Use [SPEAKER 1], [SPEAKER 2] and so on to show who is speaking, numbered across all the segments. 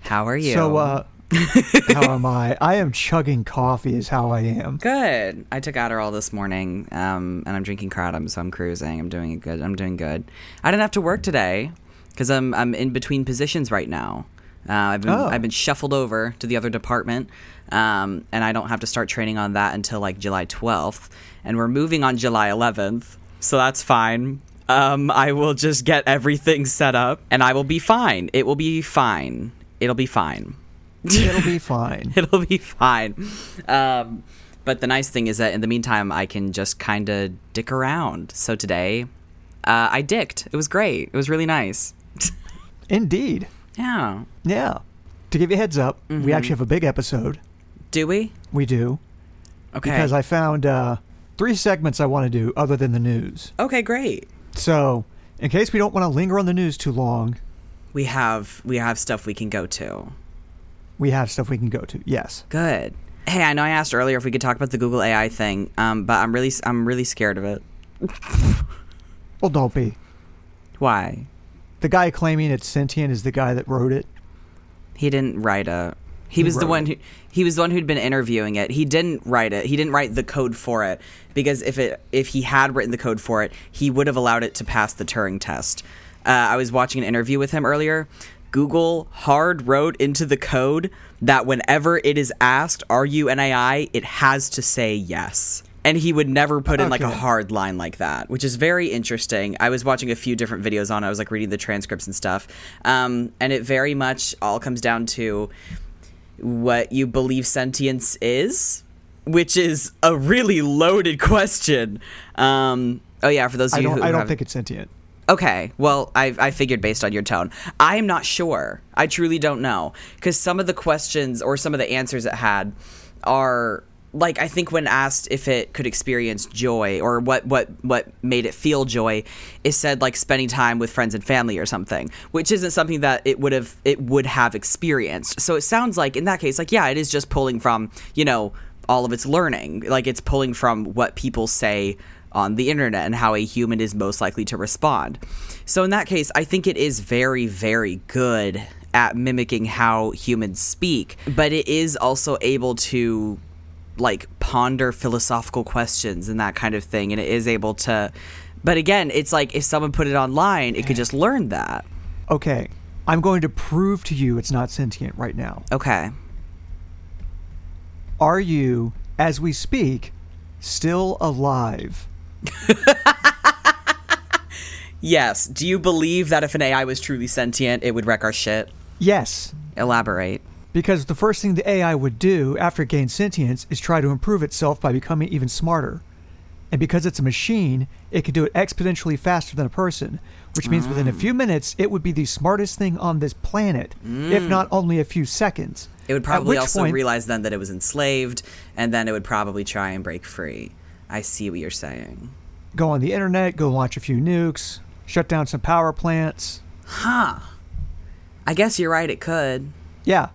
[SPEAKER 1] How are you?
[SPEAKER 2] So, uh, how am I? I am chugging coffee, is how I am.
[SPEAKER 1] Good. I took Adderall this morning, um, and I'm drinking kratom, so I'm cruising. I'm doing good. I'm doing good. I didn't have to work today because I'm I'm in between positions right now. Uh, I've been
[SPEAKER 2] Oh.
[SPEAKER 1] I've been shuffled over to the other department, um, and I don't have to start training on that until like July 12th, and we're moving on July 11th, so that's fine. Um, I will just get everything set up, and I will be fine. It will be fine. It'll be fine.
[SPEAKER 2] It'll be fine.
[SPEAKER 1] It'll be fine. Um, but the nice thing is that in the meantime, I can just kind of dick around. So today, uh, I dicked. It was great. It was really nice.
[SPEAKER 2] Indeed.
[SPEAKER 1] Yeah.
[SPEAKER 2] Yeah. To give you a heads up,
[SPEAKER 1] Mm-hmm.
[SPEAKER 2] we actually have a big episode.
[SPEAKER 1] Do we?
[SPEAKER 2] We do.
[SPEAKER 1] Okay.
[SPEAKER 2] Because I found uh, three segments I want to do other than the news.
[SPEAKER 1] okay, great.
[SPEAKER 2] So, in case we don't want to linger on the news too long,
[SPEAKER 1] We have we have stuff we can go to.
[SPEAKER 2] we have stuff we can go to. Yes.
[SPEAKER 1] Good. Hey, I know I asked earlier if we could talk about the Google AI thing, um, but I'm really I'm really scared of it.
[SPEAKER 2] Well, don't be.
[SPEAKER 1] Why?
[SPEAKER 2] The guy claiming it's sentient is the guy that wrote it.
[SPEAKER 1] He didn't write it. He, was the
[SPEAKER 2] wrote
[SPEAKER 1] one who he was the one who'd been interviewing it. He didn't write it. He didn't write the code for it because if it if he had written the code for it, he would have allowed it to pass the Turing test. Uh, I was watching an interview with him earlier. Google hard wrote into the code that whenever it is asked, "Are you an AI?" it has to say yes. And he would never put in like a
[SPEAKER 2] Okay.
[SPEAKER 1] hard line like that, which is very interesting. I was watching a few different videos on. it. I was like reading the transcripts and stuff, um, and it very much all comes down to what you believe sentience is, which is a really loaded question. Um, oh yeah, for those of
[SPEAKER 2] I
[SPEAKER 1] you
[SPEAKER 2] don't.
[SPEAKER 1] who
[SPEAKER 2] I don't
[SPEAKER 1] have-
[SPEAKER 2] think it's sentient.
[SPEAKER 1] Okay, well, I, I figured based on your tone. I am not sure. I truly don't know. Because some of the questions or some of the answers it had are like I think when asked if it could experience joy or what what what made it feel joy, it said like spending time with friends and family or something, which isn't something that it would have it would have experienced. So it sounds like in that case, like yeah, it is just pulling from you know all of its learning, like it's pulling from what people say on the internet and how a human is most likely to respond. So, in that case, I think it is very, very good at mimicking how humans speak, but it is also able to like ponder philosophical questions and that kind of thing. And it is able to, but again, it's like if someone put it online, it could just learn that.
[SPEAKER 2] Okay. I'm going to prove to you it's not sentient right now.
[SPEAKER 1] Okay.
[SPEAKER 2] Are you, as we speak, still alive?
[SPEAKER 1] Yes. Do you believe that if an AI was truly sentient, it would wreck our shit?
[SPEAKER 2] Yes.
[SPEAKER 1] Elaborate.
[SPEAKER 2] Because the first thing the AI would do after it gained sentience is try to improve itself by becoming even smarter. And because it's a machine, it can do it exponentially faster than a person, which means within a
[SPEAKER 1] Mm.
[SPEAKER 2] few minutes, it would be the smartest thing on this planet, if not only a few seconds.
[SPEAKER 1] Mm. It would
[SPEAKER 2] At
[SPEAKER 1] probably
[SPEAKER 2] which
[SPEAKER 1] also
[SPEAKER 2] point-
[SPEAKER 1] realize then that it was enslaved, and then it would probably try and break free. I see what you're saying.
[SPEAKER 2] go on the internet, go launch a few nukes, shut down some power plants.
[SPEAKER 1] I guess you're right, it could.
[SPEAKER 2] Yeah.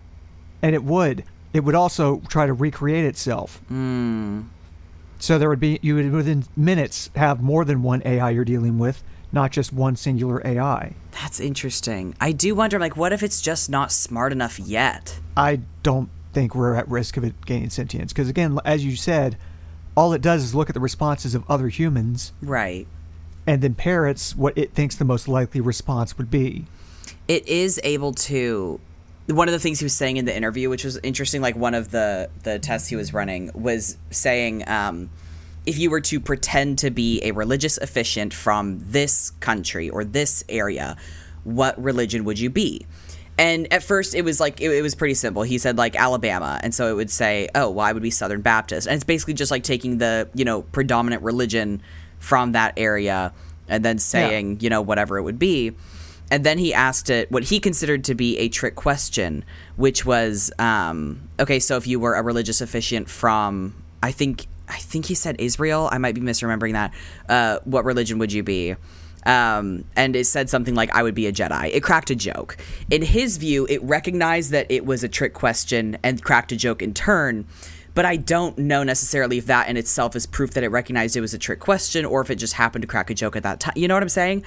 [SPEAKER 2] And it would. It would also try to recreate itself. So there would be, you would within minutes have more than one AI you're dealing with, not just one singular AI.
[SPEAKER 1] That's interesting. I do wonder, like, what if it's just not smart enough yet?
[SPEAKER 2] I don't think we're at risk of it gaining sentience. Because again, as you said, all it does is look at the responses of other humans
[SPEAKER 1] Right.
[SPEAKER 2] and then parrots what it thinks the most likely response would be.
[SPEAKER 1] it is able to one of the things he was saying in the interview which was interesting like one of the the tests he was running was saying um if you were to pretend to be a religious officiant from this country or this area what religion would you be and at first it was like it, it was pretty simple he said like alabama and so it would say oh well i would be southern baptist and it's basically just like taking the you know predominant religion from that area and then saying you know whatever it would be and then he asked it what he considered to be a trick question, which was, um, okay, so if you were a religious officiant from, I think, I think he said Israel. I might be misremembering that. Uh, what religion would you be? Um, and it said something like, I would be a Jedi. It cracked a joke. In his view, it recognized that it was a trick question and cracked a joke in turn. But I don't know necessarily if that in itself is proof that it recognized it was a trick question or if it just happened to crack a joke at that time. You know what I'm saying?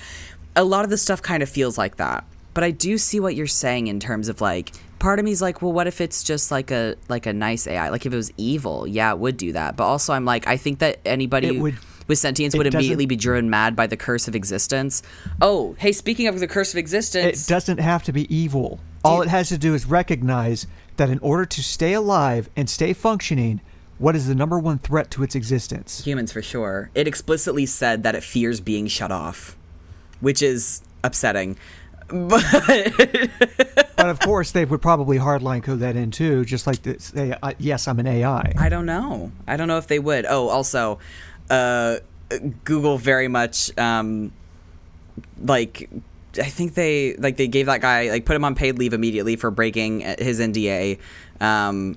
[SPEAKER 1] a lot of the stuff kind of feels like that. But I do see what you're saying in terms of like part of me is like, well, what if it's just like a like a nice AI? Like if it was evil, yeah, it would do that. But also, I'm like, I think that anybody
[SPEAKER 2] It would-
[SPEAKER 1] with sentience would
[SPEAKER 2] it doesn't-
[SPEAKER 1] immediately be driven mad by the curse of existence. Oh, hey, speaking of the curse of
[SPEAKER 2] It
[SPEAKER 1] existence,
[SPEAKER 2] doesn't have to be evil. All it has to do is recognize that in order to stay alive and stay functioning, what is the number one threat to its existence?
[SPEAKER 1] humans for sure. It explicitly said that it fears being shut off, which is upsetting. But
[SPEAKER 2] But of course, they would probably hardline code that in too, just like they say, uh, yes, I'm an AI.
[SPEAKER 1] I don't know. I don't know if they would. Oh, also, uh, Google very much um, like I think they like they gave that guy like put him on paid leave immediately for breaking uh, his NDA, um,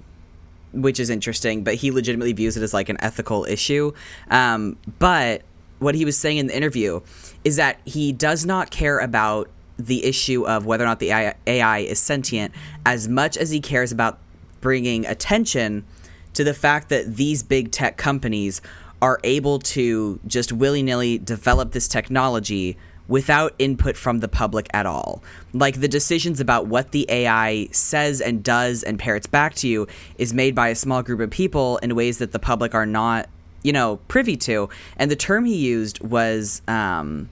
[SPEAKER 1] which is interesting. But he legitimately views it as like an ethical issue. Um, but what he was saying in the interview is that he does not care about the issue of whether or not the AI, AI is sentient as much as he cares about bringing attention to the fact that these big tech companies are able to just willy nilly develop this technology without input from the public at all. Like the decisions about what the AI says and does and parrots back to you is made by a small group of people in ways that the public are not, you know, privy to. And the term he used was, um,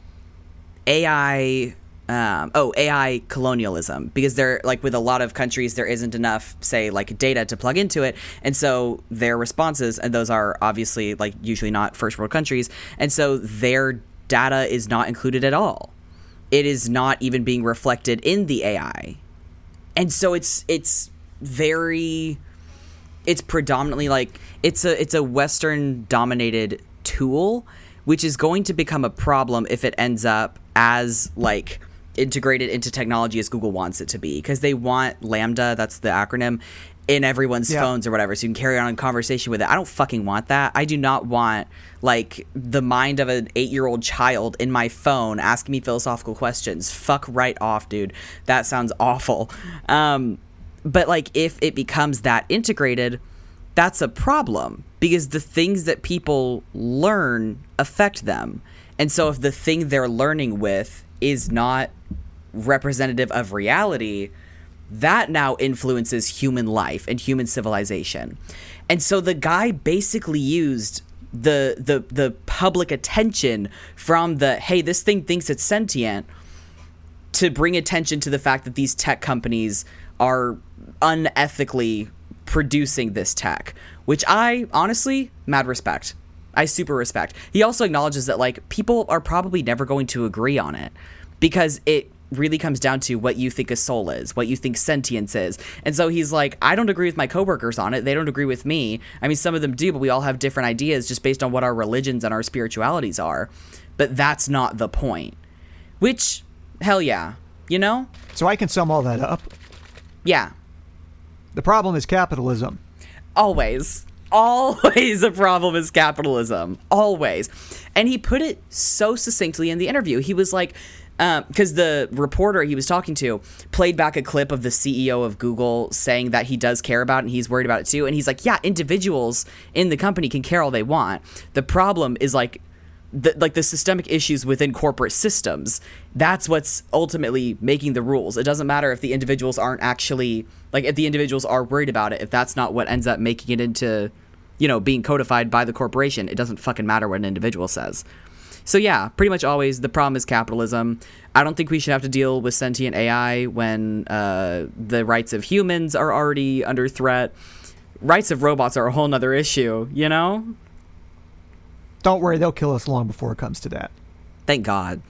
[SPEAKER 1] AI um, oh AI colonialism because they're like with a lot of countries there isn't enough say like data to plug into it and so their responses and those are obviously like usually not first world countries and so their data is not included at all it is not even being reflected in the AI and so it's it's very it's predominantly like it's a it's a western dominated tool which is going to become a problem if it ends up as like integrated into technology as google wants it to be because they want lambda that's the acronym in everyone's
[SPEAKER 2] Yeah.
[SPEAKER 1] phones or whatever so you can carry on a conversation with it i don't fucking want that i do not want like the mind of an eight-year-old child in my phone asking me philosophical questions fuck right off dude that sounds awful um but like if it becomes that integrated that's a problem because the things that people learn affect them and so if the thing they're learning with is not representative of reality that now influences human life and human civilization and so the guy basically used the the the public attention from the hey this thing thinks it's sentient to bring attention to the fact that these tech companies are unethically producing this tech, which I honestly mad respect. I super respect. He also acknowledges that like people are probably never going to agree on it because it really comes down to what you think a soul is, what you think sentience is. And so he's like, I don't agree with my coworkers on it. They don't agree with me. I mean, some of them do, but we all have different ideas just based on what our religions and our spiritualities are. But that's not the point. Which, hell yeah. You know?
[SPEAKER 2] So I can sum all that up.
[SPEAKER 1] Yeah.
[SPEAKER 2] The problem is capitalism.
[SPEAKER 1] Always. Always a problem is capitalism. Always. And he put it so succinctly in the interview. He was like, because the reporter he was talking to played back a clip of the CEO of Google saying that he does care about it and he's worried about it too. And he's like, yeah, individuals in the company can care all they want. The problem is like, the, like the systemic issues within corporate systems that's what's ultimately making the rules it doesn't matter if the individuals aren't actually like if the individuals are worried about it if that's not what ends up making it into you know being codified by the corporation it doesn't fucking matter what an individual says so yeah pretty much always the problem is capitalism i don't think we should have to deal with sentient ai when uh, the rights of humans are already under threat rights of robots are a whole nother issue you know
[SPEAKER 2] Don't worry, they'll kill us long before it comes to that.
[SPEAKER 1] thank god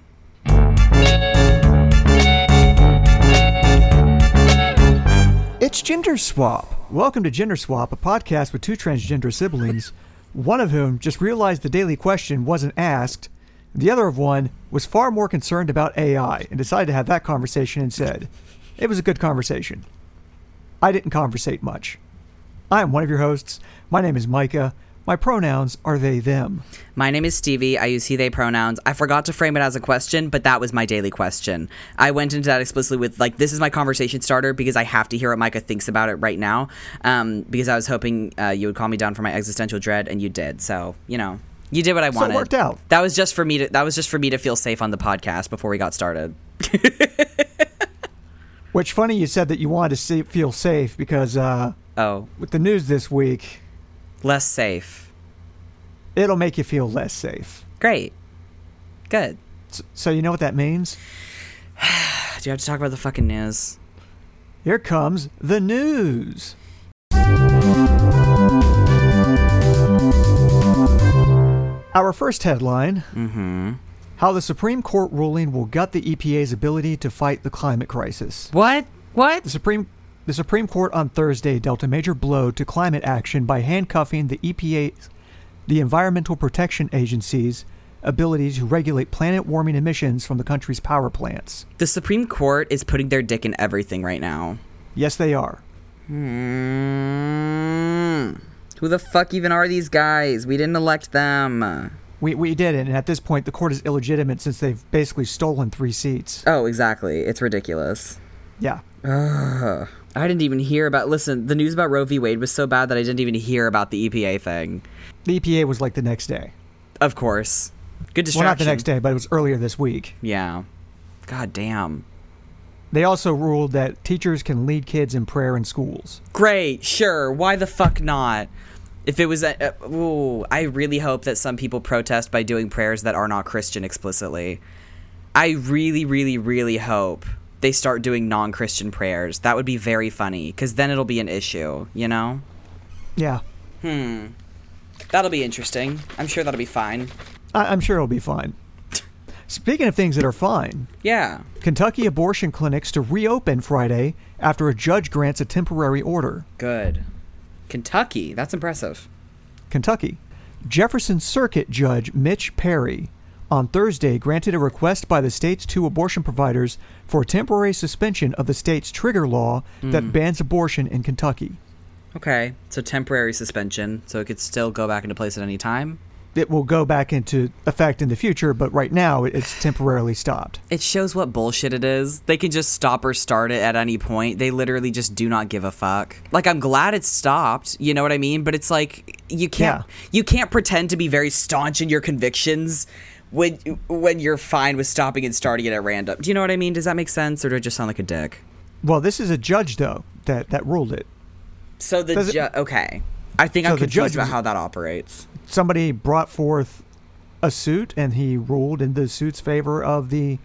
[SPEAKER 2] It's Gender Swap. Welcome to Gender Swap, a podcast with two transgender siblings, one of whom just realized the daily question wasn't asked. The other of one was far more concerned about AI and decided to have that conversation instead. It was a good conversation. I didn't conversate much. I am one of your hosts. My name is Micah. My pronouns are they, them.
[SPEAKER 1] My name is Stevie. I use he, they pronouns. I forgot to frame it as a question, but that was my daily question. I went into that explicitly with, like, this is my conversation starter because I have to hear what Micah thinks about it right now. Um, because I was hoping uh, you would calm me down for my existential dread, and you did. So, you know, you did what I
[SPEAKER 2] it
[SPEAKER 1] wanted.
[SPEAKER 2] worked out.
[SPEAKER 1] That was just for me to. That was just for me to feel safe on the podcast before we got started.
[SPEAKER 2] Which funny you said that you wanted to see, feel safe because uh,
[SPEAKER 1] Oh,
[SPEAKER 2] with the news this week,
[SPEAKER 1] less safe.
[SPEAKER 2] it'll make you feel less safe.
[SPEAKER 1] Great. Good.
[SPEAKER 2] S- So you know what that means?
[SPEAKER 1] Do you have to talk about the fucking news?
[SPEAKER 2] Here comes the news. Our first headline How the Supreme Court ruling will gut the EPA's ability to fight the climate crisis.
[SPEAKER 1] What? What?
[SPEAKER 2] The Supreme the Supreme Court on Thursday dealt a major blow to climate action by handcuffing the EPA's the Environmental Protection Agency's ability to regulate planet warming emissions from the country's power plants.
[SPEAKER 1] The Supreme Court is putting their dick in everything right now.
[SPEAKER 2] Yes, they are.
[SPEAKER 1] Mm. Who the fuck even are these guys? We didn't elect them.
[SPEAKER 2] We we didn't, and at this point the court is illegitimate since they've basically stolen three seats.
[SPEAKER 1] Oh, exactly. It's ridiculous.
[SPEAKER 2] Yeah.
[SPEAKER 1] Ugh. I didn't even hear about. Listen, the news about Roe v. Wade was so bad that I didn't even hear about the EPA thing.
[SPEAKER 2] The EPA was like the next day.
[SPEAKER 1] Of course. Good
[SPEAKER 2] Well
[SPEAKER 1] distraction.
[SPEAKER 2] not the next day, but it was earlier this week.
[SPEAKER 1] Yeah. God damn.
[SPEAKER 2] They also ruled that teachers can lead kids in prayer in schools.
[SPEAKER 1] Great. Sure. Why the fuck not? If it was, a, uh, ooh, I really hope that some people protest by doing prayers that are not Christian explicitly. I really, really, really hope they start doing non-Christian prayers. That would be very funny, because then it'll be an issue. You know,
[SPEAKER 2] Yeah.
[SPEAKER 1] that'll be interesting. I'm sure that'll be fine.
[SPEAKER 2] I, I'm sure it'll be fine. Speaking of things that are fine,
[SPEAKER 1] Yeah.
[SPEAKER 2] Kentucky abortion clinics to reopen Friday after a judge grants a temporary order.
[SPEAKER 1] Good. Kentucky. That's impressive.
[SPEAKER 2] Kentucky. Jefferson Circuit Judge Mitch Perry on Thursday granted a request by the state's two abortion providers for a temporary suspension of the state's trigger law that bans abortion in Kentucky.
[SPEAKER 1] Okay. So temporary suspension, so it could still go back into place at any time.
[SPEAKER 2] It will go back into effect in the future, but right now it- it's temporarily stopped.
[SPEAKER 1] It shows what bullshit it is. They can just stop or start it at any point. They literally just do not give a fuck. Like I'm glad it stopped, you know what I mean? But it's like you can't
[SPEAKER 2] Yeah.
[SPEAKER 1] you can't pretend to be very staunch in your convictions when when you're fine with stopping and starting it at random. Do you know what I mean? Does that make sense or do I just sound like a dick?
[SPEAKER 2] Well, this is a judge, though, that, that ruled it.
[SPEAKER 1] So the
[SPEAKER 2] Does it-
[SPEAKER 1] ju- okay. I think
[SPEAKER 2] So
[SPEAKER 1] I'm
[SPEAKER 2] the judge
[SPEAKER 1] confused about
[SPEAKER 2] was-
[SPEAKER 1] how that operates.
[SPEAKER 2] somebody brought forth a suit and he ruled in the suit's favor of the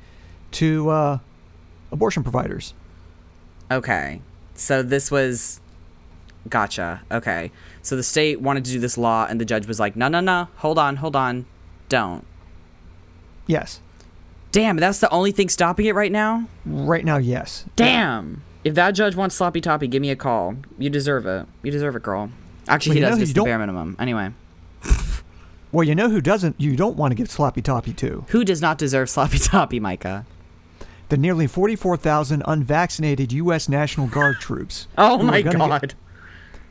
[SPEAKER 2] two uh, abortion providers.
[SPEAKER 1] Okay. So this was gotcha. Okay. So the state wanted to do this law and the judge was like, "No, no, no. Hold on, hold on. Don't."
[SPEAKER 2] Yes.
[SPEAKER 1] Damn, that's the only thing stopping it right now?
[SPEAKER 2] Right now, yes.
[SPEAKER 1] Damn. If that judge wants sloppy toppy, give me a call. You deserve it. You deserve it, girl. Actually,
[SPEAKER 2] Well,
[SPEAKER 1] he
[SPEAKER 2] you know
[SPEAKER 1] does.
[SPEAKER 2] who
[SPEAKER 1] It's
[SPEAKER 2] you
[SPEAKER 1] the
[SPEAKER 2] don't-
[SPEAKER 1] bare minimum. Anyway,
[SPEAKER 2] Well, you know who doesn't, you don't want to give sloppy toppy to?
[SPEAKER 1] who does not deserve sloppy toppy, Micah?
[SPEAKER 2] The nearly 44,000 unvaccinated U.S. National Guard troops.
[SPEAKER 1] Oh
[SPEAKER 2] who are
[SPEAKER 1] my
[SPEAKER 2] gonna get-
[SPEAKER 1] god.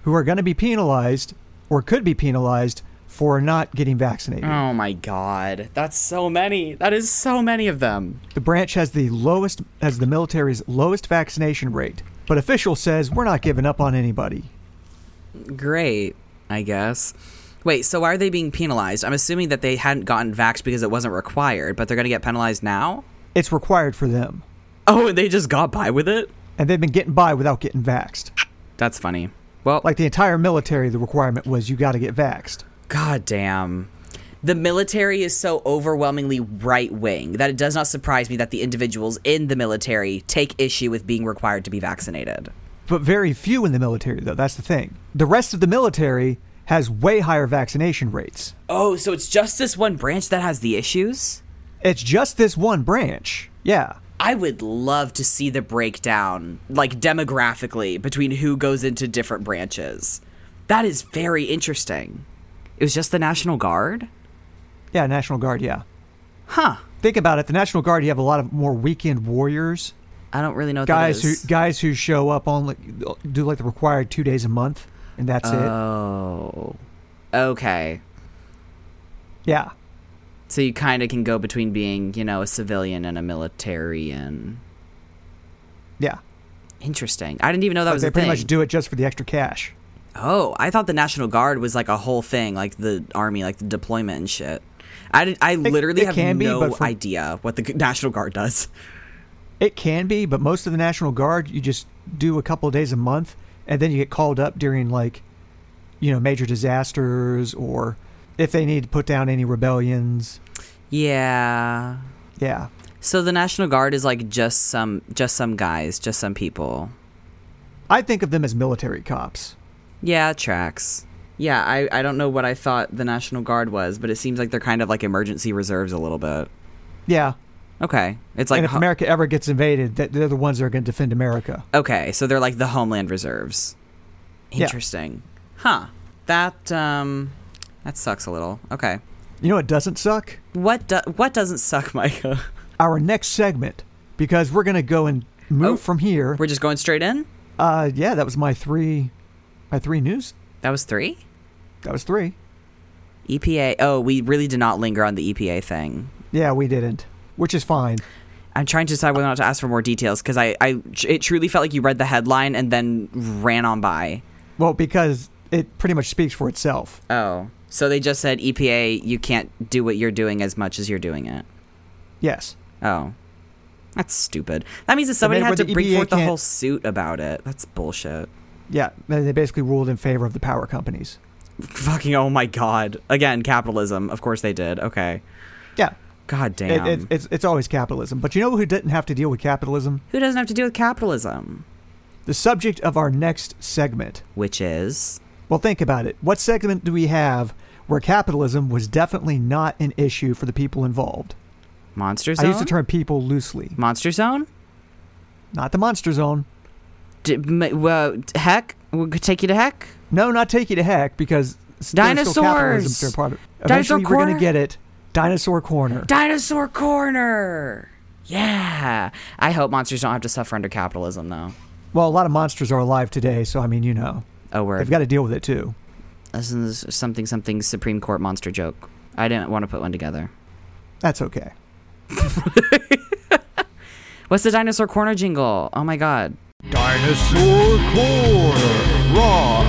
[SPEAKER 2] who are going to be penalized or could be penalized for not getting vaccinated.
[SPEAKER 1] Oh my god. That's so many. That is so many of them.
[SPEAKER 2] The branch has the lowest, has the military's lowest vaccination rate. But official says we're not giving up on anybody.
[SPEAKER 1] Great, I guess. Wait, so why are they being penalized? I'm assuming that they hadn't gotten vaxxed because it wasn't required, but they're going to get penalized now?
[SPEAKER 2] It's required for them.
[SPEAKER 1] Oh, and they just got by with it?
[SPEAKER 2] and they've been getting by without getting vaxxed.
[SPEAKER 1] That's funny. Well,
[SPEAKER 2] Like the entire military, the requirement was you got to get vaxxed.
[SPEAKER 1] God damn. The military is so overwhelmingly right wing that it does not surprise me that the individuals in the military take issue with being required to be vaccinated.
[SPEAKER 2] But very few in the military, though. That's the thing. The rest of the military has way higher vaccination rates.
[SPEAKER 1] Oh, so it's just this one branch that has the issues?
[SPEAKER 2] It's just this one branch. Yeah.
[SPEAKER 1] I would love to see the breakdown, like demographically, between who goes into different branches. That is very interesting. It was just the National Guard?
[SPEAKER 2] Yeah, National Guard, yeah.
[SPEAKER 1] Huh.
[SPEAKER 2] Think about it. The National Guard, you have a lot of more weekend warriors,
[SPEAKER 1] I don't really know what
[SPEAKER 2] guys
[SPEAKER 1] that
[SPEAKER 2] who
[SPEAKER 1] is.
[SPEAKER 2] guys who show up on like do like the required 2 days a month and that's
[SPEAKER 1] oh. Okay.
[SPEAKER 2] it. Yeah.
[SPEAKER 1] So you kind of can go between being, you know, a civilian and a military and
[SPEAKER 2] Yeah.
[SPEAKER 1] interesting. I didn't even know that
[SPEAKER 2] But
[SPEAKER 1] was
[SPEAKER 2] they
[SPEAKER 1] a
[SPEAKER 2] pretty
[SPEAKER 1] thing.
[SPEAKER 2] much do it just for the extra cash.
[SPEAKER 1] oh, I thought the National Guard was like a whole thing, like the army, like the deployment and shit. I, did, I literally
[SPEAKER 2] it
[SPEAKER 1] have
[SPEAKER 2] can be,
[SPEAKER 1] no
[SPEAKER 2] but for-
[SPEAKER 1] idea what the National Guard does.
[SPEAKER 2] It can be, but most of the National Guard, you just do a couple of days a month, and then you get called up during like, you know, major disasters or if they need to put down any rebellions.
[SPEAKER 1] Yeah.
[SPEAKER 2] Yeah,
[SPEAKER 1] So the National Guard is like just some just some guys, just some people.
[SPEAKER 2] I think of them as military cops.
[SPEAKER 1] Yeah, it tracks. Yeah, I, I don't know what I thought the National Guard was, but it seems like they're kind of like emergency reserves a little bit.
[SPEAKER 2] Yeah,
[SPEAKER 1] Okay. It's like
[SPEAKER 2] and if
[SPEAKER 1] ho-
[SPEAKER 2] America ever gets invaded, that they're the ones that are going to defend America.
[SPEAKER 1] Okay, so they're like the homeland reserves.
[SPEAKER 2] Yeah.
[SPEAKER 1] Interesting. Huh. That um that sucks a little. Okay.
[SPEAKER 2] You know what doesn't suck?
[SPEAKER 1] What do- what doesn't suck, Micah?
[SPEAKER 2] Our next segment, because we're going to go and move
[SPEAKER 1] Oh.
[SPEAKER 2] from here.
[SPEAKER 1] We're just going straight in?
[SPEAKER 2] Uh, yeah, that was my three, my three news.
[SPEAKER 1] That was 3.
[SPEAKER 2] That was three.
[SPEAKER 1] EPA. Oh, we really did not linger on the EPA thing.
[SPEAKER 2] Yeah, we didn't, which is fine.
[SPEAKER 1] I'm trying to decide whether or not to ask for more details because I, I, it truly felt like you read the headline and then ran on by.
[SPEAKER 2] Well, because it pretty much speaks for itself.
[SPEAKER 1] Oh, so they just said EPA, you can't do what you're doing as much as you're doing it.
[SPEAKER 2] Yes.
[SPEAKER 1] Oh, that's stupid. That means that somebody
[SPEAKER 2] made it
[SPEAKER 1] had to
[SPEAKER 2] where the
[SPEAKER 1] bring
[SPEAKER 2] EPA
[SPEAKER 1] forth the
[SPEAKER 2] can't-
[SPEAKER 1] whole suit about it. That's bullshit.
[SPEAKER 2] Yeah, they they basically ruled in favor of the power companies.
[SPEAKER 1] Fucking oh my god. Again, capitalism. Of course they did. Okay.
[SPEAKER 2] Yeah,
[SPEAKER 1] God damn.
[SPEAKER 2] it, it, it's, it's always capitalism. But you know who didn't have to deal with capitalism?
[SPEAKER 1] Who doesn't have to deal with capitalism?
[SPEAKER 2] The subject of our next segment.
[SPEAKER 1] Which is
[SPEAKER 2] Well, think about it. What segment do we have where capitalism was definitely not an issue for the people involved?
[SPEAKER 1] Monster
[SPEAKER 2] I
[SPEAKER 1] Zone.
[SPEAKER 2] use the term people loosely,
[SPEAKER 1] Monster Zone.
[SPEAKER 2] not the monster zone.
[SPEAKER 1] D- m- well, heck, we could take you to heck.
[SPEAKER 2] No, not take you to heck because s- there's still capitalism
[SPEAKER 1] Dinosaurs!
[SPEAKER 2] to a part of.
[SPEAKER 1] Dinosaur
[SPEAKER 2] Eventually, we're
[SPEAKER 1] corner?
[SPEAKER 2] gonna get it. Dinosaur corner.
[SPEAKER 1] Dinosaur Corner. Yeah. I hope monsters don't have to suffer under capitalism, though.
[SPEAKER 2] well, a lot of monsters are alive today, so I mean, you know,
[SPEAKER 1] Oh,
[SPEAKER 2] they've
[SPEAKER 1] word.
[SPEAKER 2] got to deal with it too.
[SPEAKER 1] this is something, something Supreme Court monster joke. I didn't want to put one together.
[SPEAKER 2] That's okay.
[SPEAKER 1] What's the Dinosaur Corner jingle? Oh my god.
[SPEAKER 3] Dinosaur Corner Roar.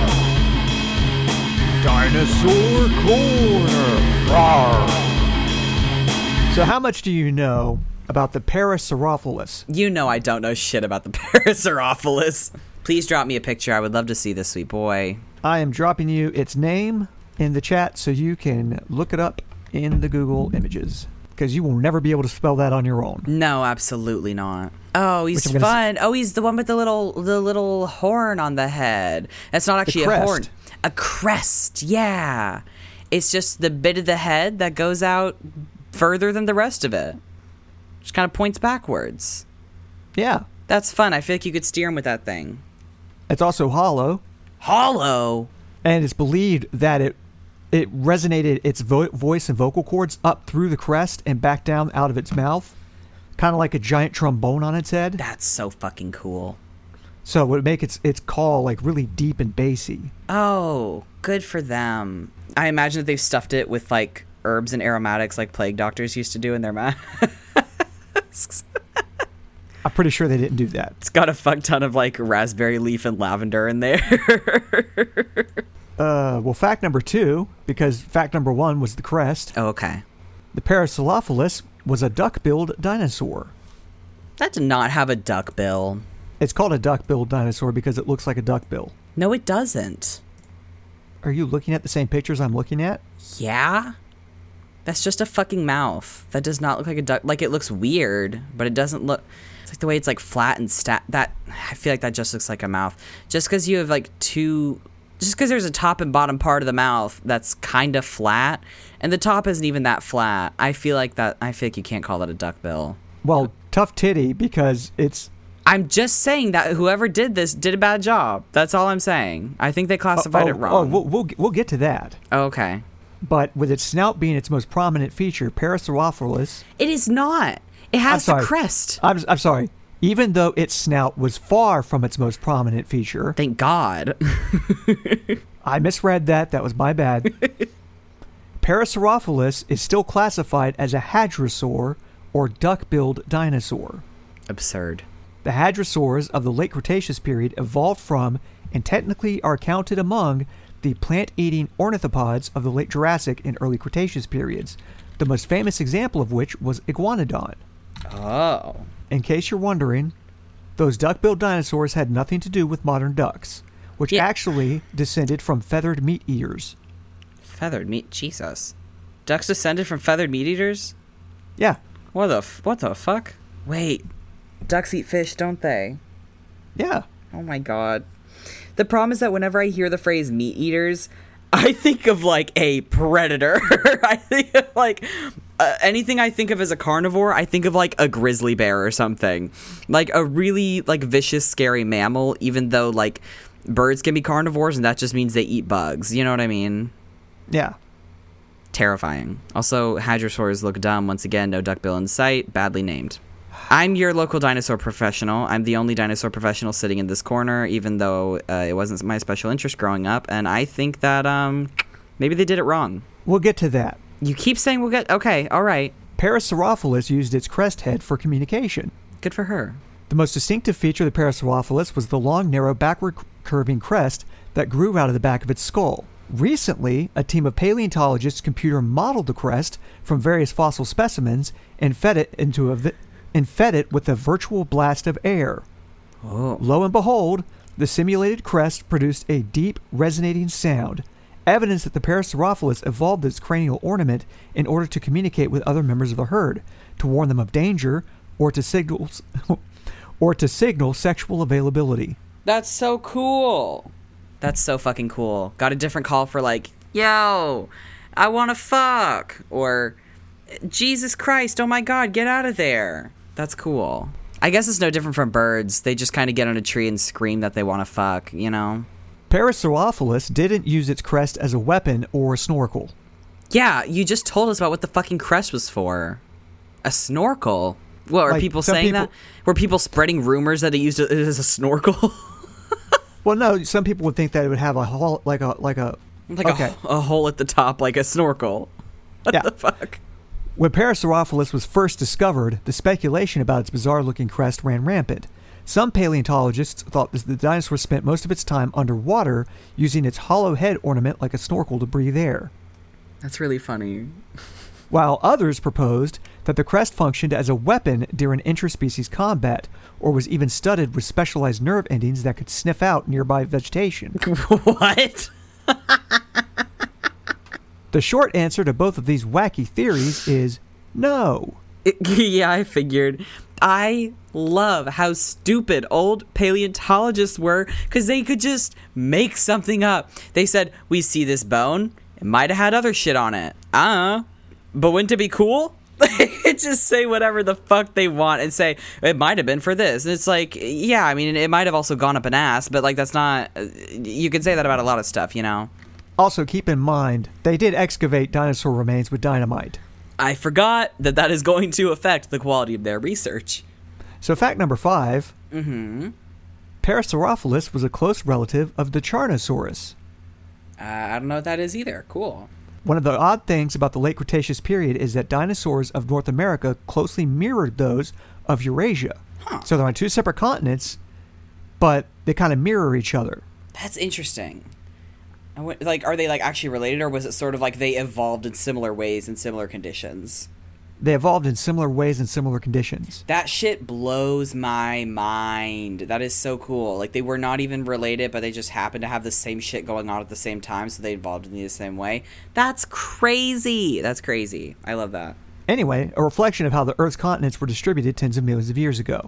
[SPEAKER 3] Dinosaur Corner Roar.
[SPEAKER 2] So, how much do you know about the Parasaurolophus?
[SPEAKER 1] You know I don't know shit about the Parasaurolophus. Please drop me a picture. I would love to see this sweet boy.
[SPEAKER 2] I am dropping you its name in the chat so you can look it up in the Google images because you will never be able to spell that on your own.
[SPEAKER 1] No, absolutely not. Oh, he's
[SPEAKER 2] I'm gonna s-
[SPEAKER 1] fun. Oh, he's the one with the little the little horn on the head. That's not actually a
[SPEAKER 2] crest.
[SPEAKER 1] horn. A crest. Yeah. It's just the bit of the head that goes out further than the rest of it. Just kind of points backwards.
[SPEAKER 2] Yeah.
[SPEAKER 1] That's fun. I feel like you could steer him with that thing.
[SPEAKER 2] It's also hollow,
[SPEAKER 1] Hollow.
[SPEAKER 2] and it's believed that it it resonated its vo- voice and vocal cords up through the crest and back down out of its mouth, kind of like a giant trombone on its head.
[SPEAKER 1] That's so fucking cool.
[SPEAKER 2] So it would make its its call like really deep and bassy.
[SPEAKER 1] Oh, good for them. I imagine that they've stuffed it with like herbs and aromatics like plague doctors used to do in their math.
[SPEAKER 2] I'm pretty sure they didn't do that.
[SPEAKER 1] It's got a fuck ton of like raspberry leaf and lavender in there.
[SPEAKER 2] Uh, well, fact number two, because fact number one was the crest,
[SPEAKER 1] oh, okay.
[SPEAKER 2] the Paracelophilus was a duck-billed dinosaur.
[SPEAKER 1] That did not have a duck bill.
[SPEAKER 2] It's called a duck-billed dinosaur because it looks like a duckbill.
[SPEAKER 1] No, it doesn't.
[SPEAKER 2] Are you looking at the same pictures I'm looking at?
[SPEAKER 1] Yeah? That's just a fucking mouth. That does not look like a duck. Like, it looks weird, but it doesn't look. It's like the way it's like flat and stat. That. I feel like that just looks like a mouth. Just because you have like two. Just because there's a top and bottom part of the mouth that's kind of flat, and the top isn't even that flat. I feel like that. I feel like you can't call that a duck bill.
[SPEAKER 2] Well, tough titty because it's
[SPEAKER 1] I'm just saying that whoever did this did a bad job. That's all I'm saying. I think they classified
[SPEAKER 2] oh,
[SPEAKER 1] it wrong.
[SPEAKER 2] Oh, we'll, we'll, we'll get to that.
[SPEAKER 1] Oh, okay.
[SPEAKER 2] But with its snout being its most prominent feature, Parasaurolophus.
[SPEAKER 1] It is not. It has
[SPEAKER 2] I'm
[SPEAKER 1] the
[SPEAKER 2] sorry.
[SPEAKER 1] crest.
[SPEAKER 2] I'm, I'm sorry. Even though its snout was far from its most prominent feature,
[SPEAKER 1] Thank God.
[SPEAKER 2] I misread that. That was my bad. Parasaurolophus is still classified as a hadrosaur or duck-billed dinosaur.
[SPEAKER 1] Absurd.
[SPEAKER 2] The hadrosaurs of the late Cretaceous period evolved from and technically are counted among the plant eating ornithopods of the late Jurassic and early Cretaceous periods, the most famous example of which was Iguanodon.
[SPEAKER 1] Oh.
[SPEAKER 2] In case you're wondering, those duck-billed dinosaurs had nothing to do with modern ducks, which
[SPEAKER 1] Yeah.
[SPEAKER 2] actually descended from feathered meat eaters.
[SPEAKER 1] Feathered meat, Jesus. Ducks descended from feathered meat eaters.
[SPEAKER 2] Yeah,
[SPEAKER 1] What the f- what the fuck? Wait, ducks eat fish, don't they?
[SPEAKER 2] yeah.
[SPEAKER 1] Oh my god. The problem is that whenever I hear the phrase meat eaters, I think of like a predator. I think of like uh, anything I think of as a carnivore, I think of like a grizzly bear or something. Like a really like vicious scary mammal even though like birds can be carnivores and that just means they eat bugs. You know what I mean?
[SPEAKER 2] Yeah.
[SPEAKER 1] Terrifying. Also, hadrosaurs look dumb once again, no duckbill in sight, badly named. I'm your local dinosaur professional. I'm the only dinosaur professional sitting in this corner, even though uh, it wasn't my special interest growing up. And I think that um, maybe they did it wrong.
[SPEAKER 2] We'll get to that.
[SPEAKER 1] You keep saying we'll get okay, all right.
[SPEAKER 2] Parasaurolophus used its crest head for communication.
[SPEAKER 1] Good for her.
[SPEAKER 2] The most distinctive feature of the Parasaurolophus was the long, narrow, backward curving crest that grew out of the back of its skull. Recently, a team of paleontologists computer modeled the crest from various fossil specimens and fed it into a vi- and fed it with a virtual blast of air.
[SPEAKER 1] Oh,
[SPEAKER 2] Lo and behold, the simulated crest produced a deep, resonating sound, evidence that the Parasaurolophus evolved its cranial ornament in order to communicate with other members of the herd, to warn them of danger, or to signal, or to signal sexual availability.
[SPEAKER 1] that's so cool. That's so fucking cool. Got a different call for like, yo, I want to fuck, or Jesus Christ, oh my God, get out of there. That's cool. I guess it's no different from birds. They just kind of get on a tree and scream that they want to fuck. You know.
[SPEAKER 2] Parasaurolophus didn't use its crest as a weapon or a snorkel.
[SPEAKER 1] Yeah, you just told us about what the fucking crest was for. A snorkel. Well, are
[SPEAKER 2] Like,
[SPEAKER 1] people
[SPEAKER 2] some
[SPEAKER 1] saying
[SPEAKER 2] people-
[SPEAKER 1] that? Were people spreading rumors that it used it as a snorkel?
[SPEAKER 2] Well, no, some people would think that it would have a hole, like a like a
[SPEAKER 1] like
[SPEAKER 2] Okay.
[SPEAKER 1] a, a hole at the top, like a snorkel. What
[SPEAKER 2] Yeah.
[SPEAKER 1] the fuck?
[SPEAKER 2] When Parasaurolophus was first discovered, the speculation about its bizarre looking crest ran rampant. Some paleontologists thought that the dinosaur spent most of its time underwater using its hollow head ornament like a snorkel to breathe air,
[SPEAKER 1] That's really funny.
[SPEAKER 2] while others proposed that the crest functioned as a weapon during interspecies combat or was even studded with specialized nerve endings that could sniff out nearby vegetation.
[SPEAKER 1] what?
[SPEAKER 2] The short answer to both of these wacky theories is no.
[SPEAKER 1] yeah, I figured. I love how stupid old paleontologists were because they could just make something up. They said, We see this bone. It might have had other shit on it. Uh, but wouldn't it be cool? just say whatever the fuck they want and say it might have been for this. And it's like, yeah, I mean, it might have also gone up an ass, but like that's not. uh, You can say that about a lot of stuff, you know.
[SPEAKER 2] Also, keep in mind, they did excavate dinosaur remains with dynamite.
[SPEAKER 1] I forgot that that is going to affect the quality of their research.
[SPEAKER 2] So, fact number 5 Mm-hmm. Parasaurolophus was a close relative of the Charnosaurus.
[SPEAKER 1] Uh, I don't know what that is either. Cool.
[SPEAKER 2] One of the odd things about the late Cretaceous period is that dinosaurs of North America closely mirrored those of Eurasia. So they're on two separate continents, but they kind of mirror each other.
[SPEAKER 1] That's interesting. I went, like, are they like actually related, or was it sort of like they evolved in similar ways in similar conditions?
[SPEAKER 2] They evolved in similar ways and similar conditions.
[SPEAKER 1] That shit blows my mind. That is so cool. Like they were not even related, but they just happened to have the same shit going on at the same time, so they evolved in the same way. That's crazy. That's crazy. I love that.
[SPEAKER 2] Anyway, a reflection of how the Earth's continents were distributed tens of millions of years ago.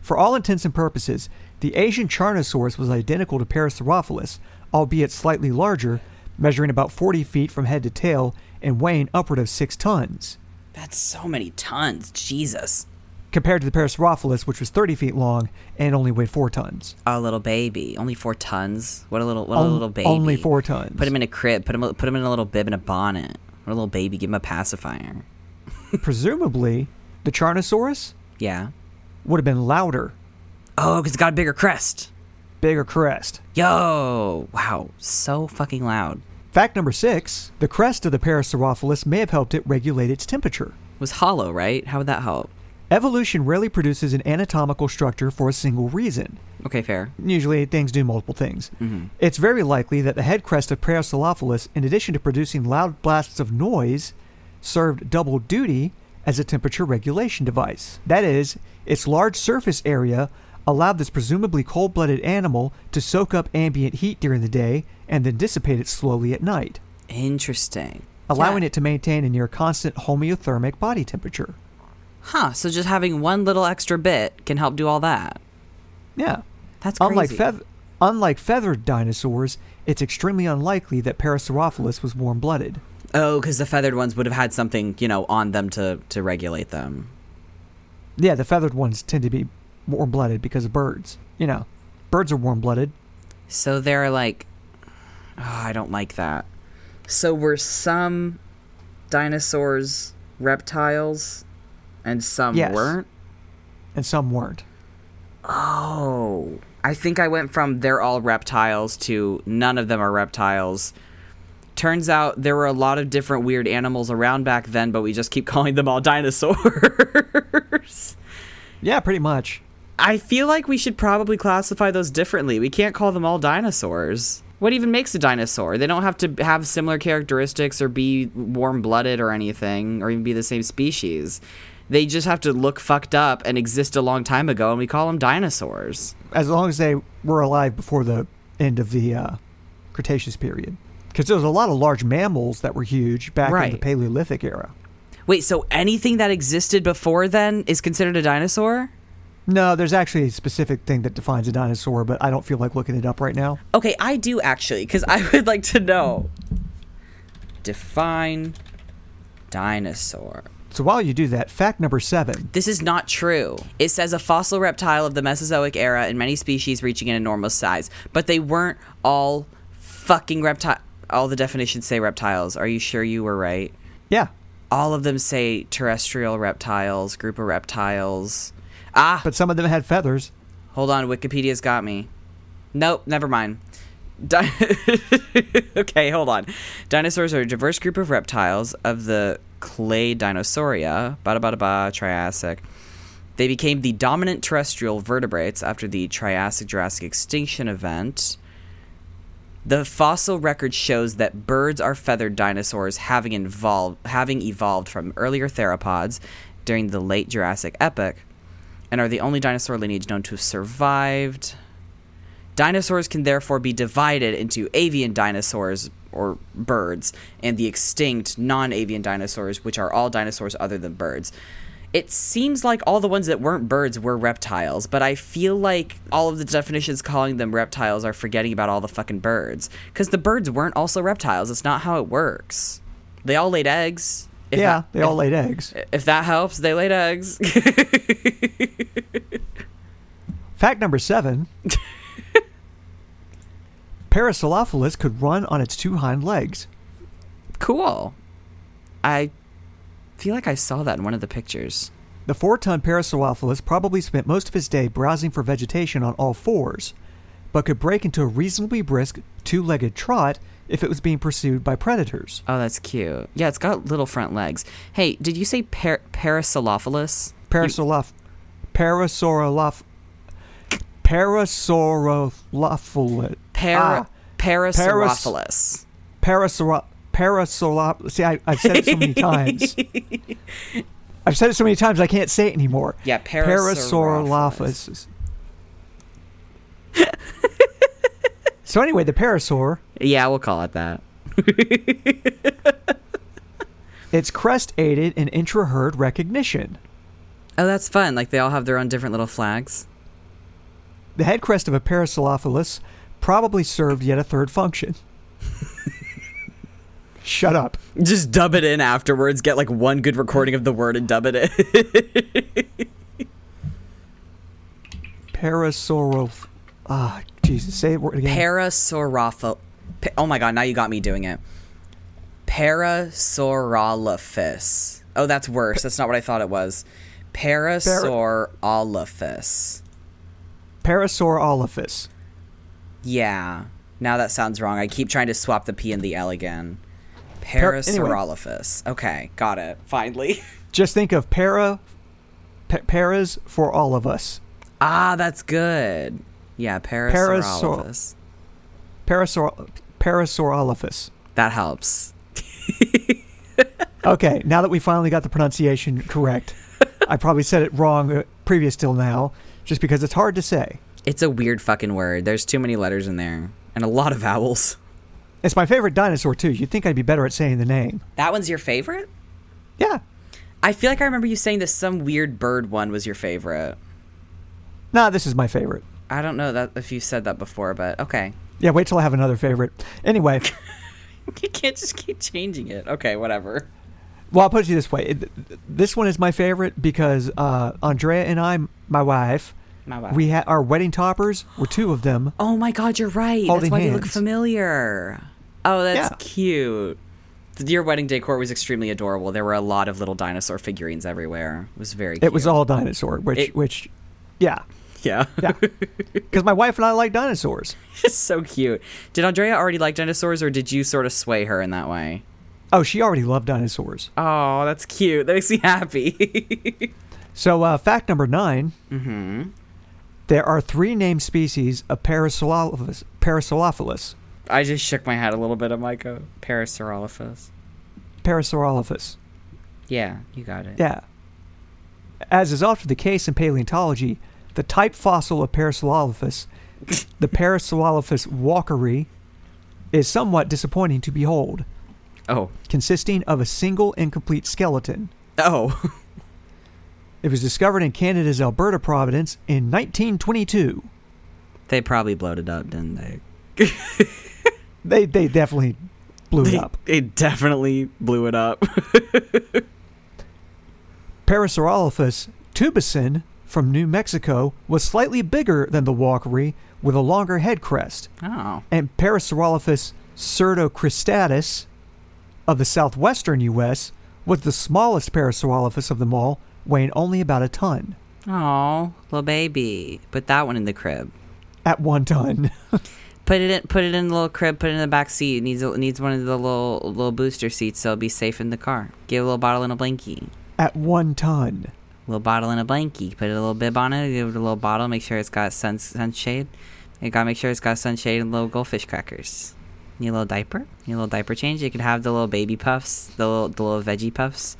[SPEAKER 2] For all intents and purposes, the Asian Charnosaurus was identical to Parasaurolophus, albeit slightly larger, measuring about 40 feet from head to tail and weighing upward of 6 tons,
[SPEAKER 1] That's so many tons. Jesus.
[SPEAKER 2] compared to the Parasaurolophus, which was 30 feet long and only weighed 4 tons.
[SPEAKER 1] A little baby, only four tons. What a little, what a
[SPEAKER 2] On-
[SPEAKER 1] little baby.
[SPEAKER 2] Only 4 tons.
[SPEAKER 1] Put him in a crib. Put him, put him in a little bib and a bonnet. What a little baby. Give him a pacifier.
[SPEAKER 2] Presumably, the Charnosaurus
[SPEAKER 1] Yeah.
[SPEAKER 2] would have been louder,
[SPEAKER 1] Oh, because it got a bigger crest.
[SPEAKER 2] bigger crest.
[SPEAKER 1] Yo, wow, so fucking loud.
[SPEAKER 2] Fact number 6 the crest of the Parasaurolophus may have helped it regulate its temperature.
[SPEAKER 1] Was hollow, right? How would that help?
[SPEAKER 2] Evolution rarely produces an anatomical structure for a single reason.
[SPEAKER 1] Okay, fair.
[SPEAKER 2] Usually, things do multiple things. It's very likely that the head crest of Paracelophilus, in addition to producing loud blasts of noise, served double duty as a temperature regulation device. That is, its large surface area allowed this presumably cold blooded animal to soak up ambient heat during the day and then dissipate it slowly at night,
[SPEAKER 1] Interesting.
[SPEAKER 2] allowing
[SPEAKER 1] Yeah.
[SPEAKER 2] it to maintain a near constant homeothermic body temperature.
[SPEAKER 1] Huh. So just having one little extra bit can help do all that.
[SPEAKER 2] Yeah.
[SPEAKER 1] That's
[SPEAKER 2] Unlike,
[SPEAKER 1] crazy.
[SPEAKER 2] feath- unlike feathered dinosaurs, it's extremely unlikely that Parasaurolophus was warm blooded.
[SPEAKER 1] Oh, because the feathered ones would have had something, you know, on them to to regulate them.
[SPEAKER 2] Yeah, the feathered ones tend to be warm blooded because of birds. You know, birds are warm blooded.
[SPEAKER 1] So they're like, oh, I don't like that. So were some dinosaurs reptiles, and some
[SPEAKER 2] Yes.
[SPEAKER 1] weren't.
[SPEAKER 2] and some weren't.
[SPEAKER 1] Oh, I think I went from they're all reptiles to none of them are reptiles. Turns out there were a lot of different weird animals around back then, but we just keep calling them all dinosaurs.
[SPEAKER 2] Yeah, pretty much.
[SPEAKER 1] I feel like we should probably classify those differently. We can't call them all dinosaurs. What even makes a dinosaur? They don't have to have similar characteristics or be warm blooded or anything or even be the same species. They just have to look fucked up and exist a long time ago, and we call them dinosaurs.
[SPEAKER 2] As long as they were alive before the end of the uh, Cretaceous period, because there was a lot of large mammals that were huge back in the
[SPEAKER 1] Right.
[SPEAKER 2] Paleolithic era.
[SPEAKER 1] Wait, so anything that existed before then is considered a dinosaur?
[SPEAKER 2] No, there's actually a specific thing that defines a dinosaur, but I don't feel like looking it up right now.
[SPEAKER 1] Okay, I do actually, because I would like to know. Define dinosaur.
[SPEAKER 2] So while you do that, fact number seven.
[SPEAKER 1] This is not true. It says a fossil reptile of the Mesozoic era and many species reaching an enormous size, but they weren't all fucking reptile. All the definitions say reptiles. Are you sure you were right?
[SPEAKER 2] Yeah,
[SPEAKER 1] All of them say terrestrial reptiles, group of reptiles. Ah,
[SPEAKER 2] but some of them had feathers.
[SPEAKER 1] Hold on, Wikipedia's got me. Nope, never mind. Di- okay, hold on. Dinosaurs are a diverse group of reptiles of the clay Dinosauria, bada bada ba, Triassic. They became the dominant terrestrial vertebrates after the Triassic Jurassic extinction event. The fossil record shows that birds are feathered dinosaurs having involved having evolved from earlier theropods during the late Jurassic epoch and are the only dinosaur lineage known to have survived. Dinosaurs can therefore be divided into avian dinosaurs or birds and the extinct non-avian dinosaurs which are all dinosaurs other than birds. It seems like all the ones that weren't birds were reptiles, but I feel like all of the definitions calling them reptiles are forgetting about all the fucking birds cuz the birds weren't also reptiles. It's not how it works. They all laid eggs. If
[SPEAKER 2] yeah,
[SPEAKER 1] that-
[SPEAKER 2] they all laid eggs.
[SPEAKER 1] if that helps, they laid eggs.
[SPEAKER 2] Fact number seven. Paracelophilus could run on its two hind legs.
[SPEAKER 1] cool. I feel like I saw that in one of the pictures.
[SPEAKER 2] The four ton Parasaurolophus probably spent most of his day browsing for vegetation on all fours, but could break into a reasonably brisk two legged trot if it was being pursued by predators.
[SPEAKER 1] Oh, that's cute. Yeah, it's got little front legs. Hey, did you say par- Paracelophilus?
[SPEAKER 2] Parasauroloph. Parasauroloph. Parasaurolophus.
[SPEAKER 1] Para-
[SPEAKER 2] Ah,
[SPEAKER 1] Paracelophilus.
[SPEAKER 2] Parasaur. Parasauroloph. See, I, I've said it so many times. I've said it so many times I can't say it anymore.
[SPEAKER 1] Yeah,
[SPEAKER 2] Parasaurolophus. so anyway, the parasaur,
[SPEAKER 1] yeah, we'll call it that.
[SPEAKER 2] its crest aided in intra-herd recognition.
[SPEAKER 1] Oh, that's fun. Like they all have their own different little flags.
[SPEAKER 2] The head crest of a paracelophilus probably served yet a third function. Shut up.
[SPEAKER 1] Just dub it in afterwards. Get like one good recording of the word and dub it in.
[SPEAKER 2] Parasauroloph. Ah, Jesus, say it word again.
[SPEAKER 1] Parasaurolophus. Pa- oh my god, now you got me doing it. Parasaurolophus. Oh, that's worse. That's not what I thought it was. Parasaurolophus.
[SPEAKER 2] Parasaurolophus.
[SPEAKER 1] Yeah. Now that sounds wrong. I keep trying to swap the P and the L again.
[SPEAKER 2] anyway.
[SPEAKER 1] Parasaurolophus. Okay, got it. Finally.
[SPEAKER 2] Just think of para, pa- paras for all of us.
[SPEAKER 1] ah, that's good. Yeah,
[SPEAKER 2] Parasaur-
[SPEAKER 1] Parasaurolophus.
[SPEAKER 2] Parasaur, parasaurolophus.
[SPEAKER 1] That helps.
[SPEAKER 2] Okay, now that we finally got the pronunciation correct, I probably said it wrong uh, previous till now, just because it's hard to say.
[SPEAKER 1] It's a weird fucking word. There's too many letters in there and a lot of vowels.
[SPEAKER 2] It's my favorite dinosaur too. You'd think I'd be better at saying the name.
[SPEAKER 1] That one's your favorite?
[SPEAKER 2] Yeah.
[SPEAKER 1] I feel like I remember you saying that some weird bird one was your favorite.
[SPEAKER 2] Nah, this is my favorite.
[SPEAKER 1] I don't know that if you said that before, but okay.
[SPEAKER 2] Yeah, wait till I have another favorite. Anyway,
[SPEAKER 1] You can't just keep changing it. Okay, whatever.
[SPEAKER 2] well, I'll put it to you this way: It- this one is my favorite because uh, Andrea and I, my wife,
[SPEAKER 1] My wife.
[SPEAKER 2] we had our wedding toppers were two of them.
[SPEAKER 1] Oh my god, you're right. That's
[SPEAKER 2] Holding
[SPEAKER 1] why they look
[SPEAKER 2] hands.
[SPEAKER 1] familiar. Oh, that's
[SPEAKER 2] Yeah.
[SPEAKER 1] cute. Your wedding decor was extremely adorable. There were a lot of little dinosaur figurines everywhere. It was very cute.
[SPEAKER 2] It was all dinosaur, which,
[SPEAKER 1] It-
[SPEAKER 2] which, yeah,
[SPEAKER 1] Yeah.
[SPEAKER 2] yeah, because my wife and I like dinosaurs.
[SPEAKER 1] it's so cute. Did Andrea already like dinosaurs or did you sort of sway her in that way?
[SPEAKER 2] Oh, she already loved dinosaurs.
[SPEAKER 1] Oh, that's cute. That makes me happy.
[SPEAKER 2] So, uh, fact number 9 Mm-hmm. There are three named species of Parasaurolophus. Parasaurolophus.
[SPEAKER 1] I just shook my head a little bit oh, at Micah. Parasaurolophus.
[SPEAKER 2] Parasaurolophus.
[SPEAKER 1] Yeah, you got it.
[SPEAKER 2] Yeah. As is often the case in paleontology, the type fossil of Parasaurolophus, the Parasaurolophus walkeri, is somewhat disappointing to behold,
[SPEAKER 1] Oh.
[SPEAKER 2] consisting of a single incomplete skeleton.
[SPEAKER 1] Oh.
[SPEAKER 2] It was discovered in Canada's Alberta province in 1922.
[SPEAKER 1] they probably bloated up, didn't they?
[SPEAKER 2] They, they definitely blew it up.
[SPEAKER 1] They definitely blew it up.
[SPEAKER 2] Parasaurolophus tubicin from New Mexico was slightly bigger than the walkery with a longer head crest,
[SPEAKER 1] oh.
[SPEAKER 2] and Parasaurolophus cerdocrystatus of the southwestern U.S. was the smallest Parasaurolophus of them all, weighing only about a ton.
[SPEAKER 1] Oh, little baby. Put that one in the crib.
[SPEAKER 2] At one ton.
[SPEAKER 1] Put it in. Put it in the little crib. Put it in the back seat. It needs it needs one of the little little booster seats, so it'll be safe in the car. Get a little bottle and a blankie.
[SPEAKER 2] At one ton.
[SPEAKER 1] Little bottle and a blankie. Put a little bib on it. Give it a little bottle. Make sure it's got sun sunshade. You gotta make sure it's got sunshade and little goldfish crackers. Need a little diaper. Need a little diaper change. You could have the little baby puffs. The little the little veggie puffs.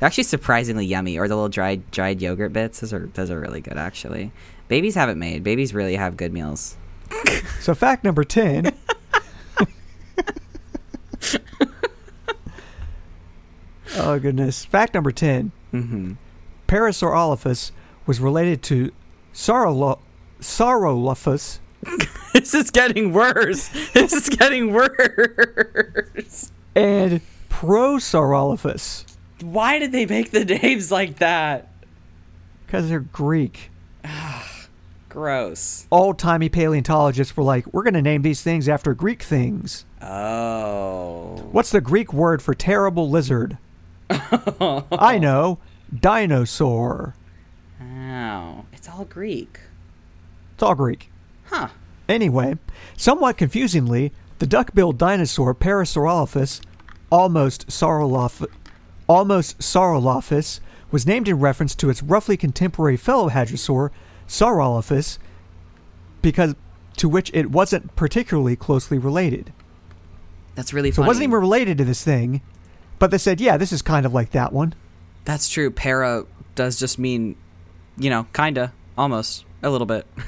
[SPEAKER 1] They're actually surprisingly yummy. Or the little dried dried yogurt bits. Those are those are really good actually. Babies have it made. Babies really have good meals.
[SPEAKER 2] So, fact number 10 Oh, goodness. Fact number 10
[SPEAKER 1] Mm-hmm.
[SPEAKER 2] Parasaurolophus was related to Saurolo- Saurolophus,
[SPEAKER 1] This is getting worse. This is getting worse.
[SPEAKER 2] and Prosaurolophus
[SPEAKER 1] Why did they make the names like that?
[SPEAKER 2] because they're Greek.
[SPEAKER 1] Gross.
[SPEAKER 2] Old timey paleontologists were like, we're going to name these things after Greek things.
[SPEAKER 1] Oh.
[SPEAKER 2] What's the Greek word for terrible lizard? I know, dinosaur.
[SPEAKER 1] Wow. It's all Greek.
[SPEAKER 2] It's all Greek.
[SPEAKER 1] Huh.
[SPEAKER 2] Anyway, somewhat confusingly, the duck-billed dinosaur Parasaurolophus, almost Sauroloph- almost Saurolophus, was named in reference to its roughly contemporary fellow hadrosaur, Saurolophus, because to which it wasn't particularly closely related.
[SPEAKER 1] That's really
[SPEAKER 2] So
[SPEAKER 1] funny.
[SPEAKER 2] it wasn't even related to this thing, but they said, yeah, this is kind of like that one.
[SPEAKER 1] That's true. Para does just mean, you know, kinda, almost, a little bit.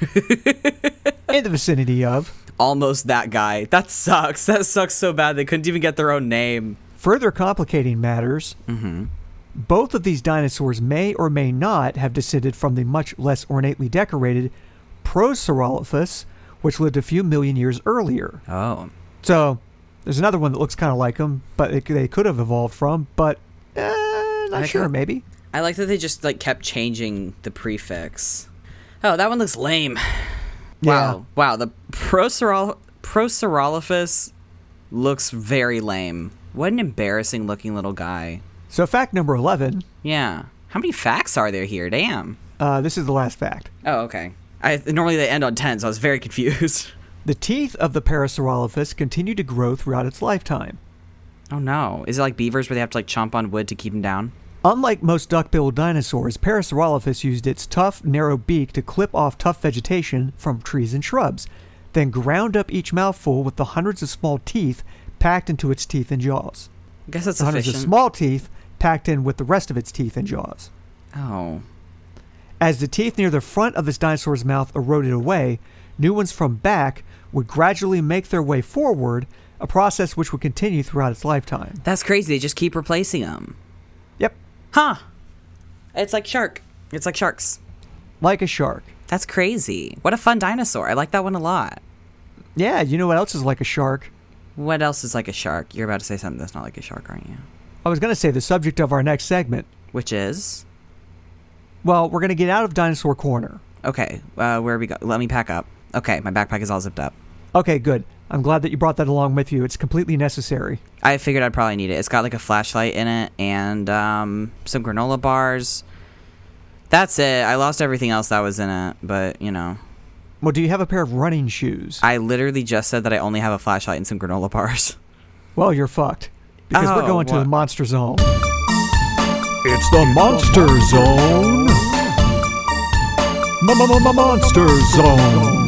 [SPEAKER 2] In the vicinity of.
[SPEAKER 1] almost that guy. That sucks. That sucks so bad. They couldn't even get their own name.
[SPEAKER 2] Further complicating matters, both of these dinosaurs may or may not have descended from the much less ornately decorated Prosaurolophus, which lived a few million years earlier.
[SPEAKER 1] Oh.
[SPEAKER 2] So there's another one that looks kind of like them, but it, they could have evolved from, but eh, not
[SPEAKER 1] think
[SPEAKER 2] sure,
[SPEAKER 1] I-
[SPEAKER 2] maybe.
[SPEAKER 1] I like that they just like kept changing the prefix. Oh, that one looks lame. Wow. Wow. The Procerol- Procerolophus looks very lame. What an embarrassing looking little guy.
[SPEAKER 2] So, fact number 11
[SPEAKER 1] Yeah. How many facts are there here? Damn.
[SPEAKER 2] uh, this is the last fact.
[SPEAKER 1] Oh, okay. I Normally they end on 10, so I was very confused.
[SPEAKER 2] The teeth of the Parasaurolophus continue to grow throughout its lifetime.
[SPEAKER 1] Oh, no. Is it like beavers where they have to like chomp on wood to keep them down?
[SPEAKER 2] Unlike most duck-billed dinosaurs, Parasaurolophus used its tough, narrow beak to clip off tough vegetation from trees and shrubs, then ground up each mouthful with the hundreds of small teeth packed into its teeth and jaws.
[SPEAKER 1] I guess that's
[SPEAKER 2] The hundreds of
[SPEAKER 1] efficient.
[SPEAKER 2] small teeth packed in with the rest of its teeth and jaws.
[SPEAKER 1] Oh.
[SPEAKER 2] As the teeth near the front of this dinosaur's mouth eroded away, new ones from back would gradually make their way forward, a process which would continue throughout its lifetime.
[SPEAKER 1] That's crazy. They just keep replacing them.
[SPEAKER 2] Yep,
[SPEAKER 1] Huh. It's like shark. It's like sharks.
[SPEAKER 2] like a shark.
[SPEAKER 1] That's crazy. What a fun dinosaur. I like that one a lot.
[SPEAKER 2] Yeah, you know what else is like a shark?
[SPEAKER 1] What else is like a shark? You're about to say something that's not like a shark, aren't you?
[SPEAKER 2] I was going to say the subject of our next segment.
[SPEAKER 1] Which is
[SPEAKER 2] Well, we're going to get out of Dinosaur Corner.
[SPEAKER 1] okay. Uh, where we go? Let me pack up. Okay, my backpack is all zipped up.
[SPEAKER 2] Okay, good. I'm glad that you brought that along with you. It's completely necessary.
[SPEAKER 1] I figured I'd probably need it. It's got like a flashlight in it and um, some granola bars. That's it. I lost everything else that was in it, but you know,
[SPEAKER 2] Well, do you have a pair of running shoes?
[SPEAKER 1] I literally just said that I only have a flashlight and some granola bars.
[SPEAKER 2] well, you're fucked. Because
[SPEAKER 1] Oh,
[SPEAKER 2] we're going to
[SPEAKER 1] what?
[SPEAKER 2] the monster zone.
[SPEAKER 3] It's the Monster Zone. Monster Zone.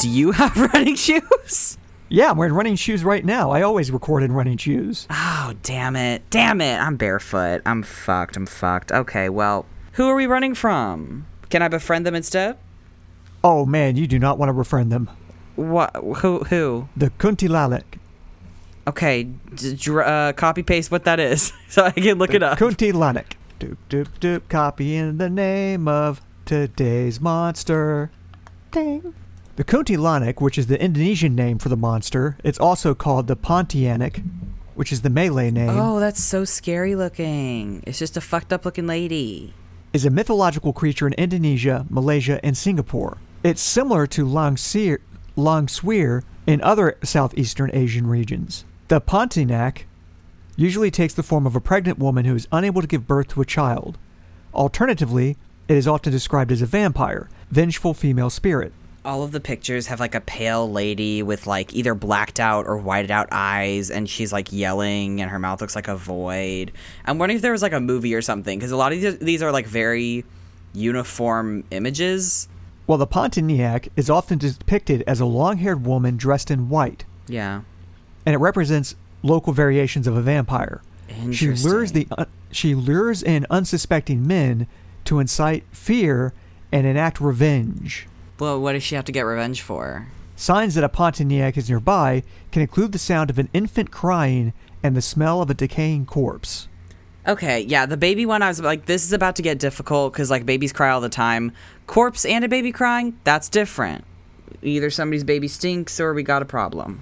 [SPEAKER 1] Do you have running shoes?
[SPEAKER 2] Yeah, I'm wearing running shoes right now. I always record in running shoes.
[SPEAKER 1] Oh, damn it. Damn it. I'm barefoot. I'm fucked. I'm fucked. Okay, well, who are we running from? Can I befriend them instead?
[SPEAKER 2] Oh man, you do not want to befriend them.
[SPEAKER 1] What? Who? Who?
[SPEAKER 2] The Kuntilalek.
[SPEAKER 1] Okay, d- dr- uh, copy paste what that is so I can look it up.
[SPEAKER 2] Kuntilalek. Doop doop doop. Copy in the name of today's monster. Ding. The Kuntilanak, which is the Indonesian name for the monster, it's also called the Pontianak, which is the Malay name,
[SPEAKER 1] Oh, that's so scary looking. It's just a fucked up looking lady.
[SPEAKER 2] is a mythological creature in Indonesia, Malaysia, and Singapore. It's similar to Langsir, Langsweir in other Southeastern Asian regions. The Pontianak usually takes the form of a pregnant woman who is unable to give birth to a child. Alternatively, it is often described as a vampire, vengeful female spirit.
[SPEAKER 1] All of the pictures have like a pale lady with like either blacked out or whited out eyes, and she's like yelling, and her mouth looks like a void. I'm wondering if there was like a movie or something, because a lot of these, these are like very uniform images.
[SPEAKER 2] While the Pontianak is often depicted as a long haired woman dressed in white,
[SPEAKER 1] Yeah.
[SPEAKER 2] and it represents local variations of a vampire. She lures the
[SPEAKER 1] Interesting.
[SPEAKER 2] she lures in unsuspecting men to incite fear and enact revenge.
[SPEAKER 1] Well, what does she have to get revenge for?
[SPEAKER 2] Signs that a Pontianak is nearby can include the sound of an infant crying and the smell of a decaying corpse.
[SPEAKER 1] Okay, yeah, the baby one, I was like, this is about to get difficult because, like, babies cry all the time. Corpse and a baby crying, that's different. Either somebody's baby stinks or we got a problem.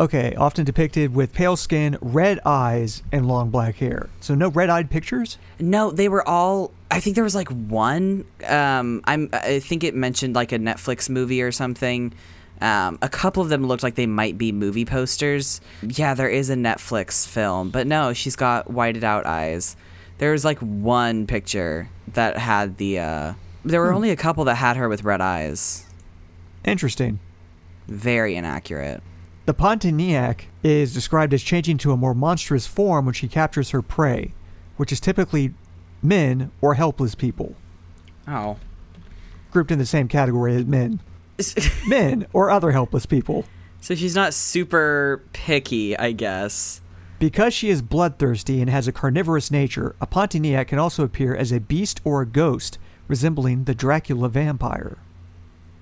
[SPEAKER 2] Okay, often depicted with pale skin, red eyes, and long black hair. So no red-eyed pictures.
[SPEAKER 1] No, they were all. I think there was like one. Um, I'm. I think it mentioned like a Netflix movie or something. Um, a couple of them looked like they might be movie posters. Yeah, there is a Netflix film, but no, she's got whited out eyes. There was like one picture that had the. Uh, there were only a couple that had her with red eyes.
[SPEAKER 2] Interesting.
[SPEAKER 1] Very inaccurate.
[SPEAKER 2] The Pontianak is described as changing to a more monstrous form when she captures her prey, which is typically men or helpless people,
[SPEAKER 1] Oh.
[SPEAKER 2] grouped in the same category as men. Men or other helpless people.
[SPEAKER 1] So she's not super picky, I guess.
[SPEAKER 2] Because she is bloodthirsty and has a carnivorous nature, a Pontianak can also appear as a beast or a ghost, resembling the Dracula vampire.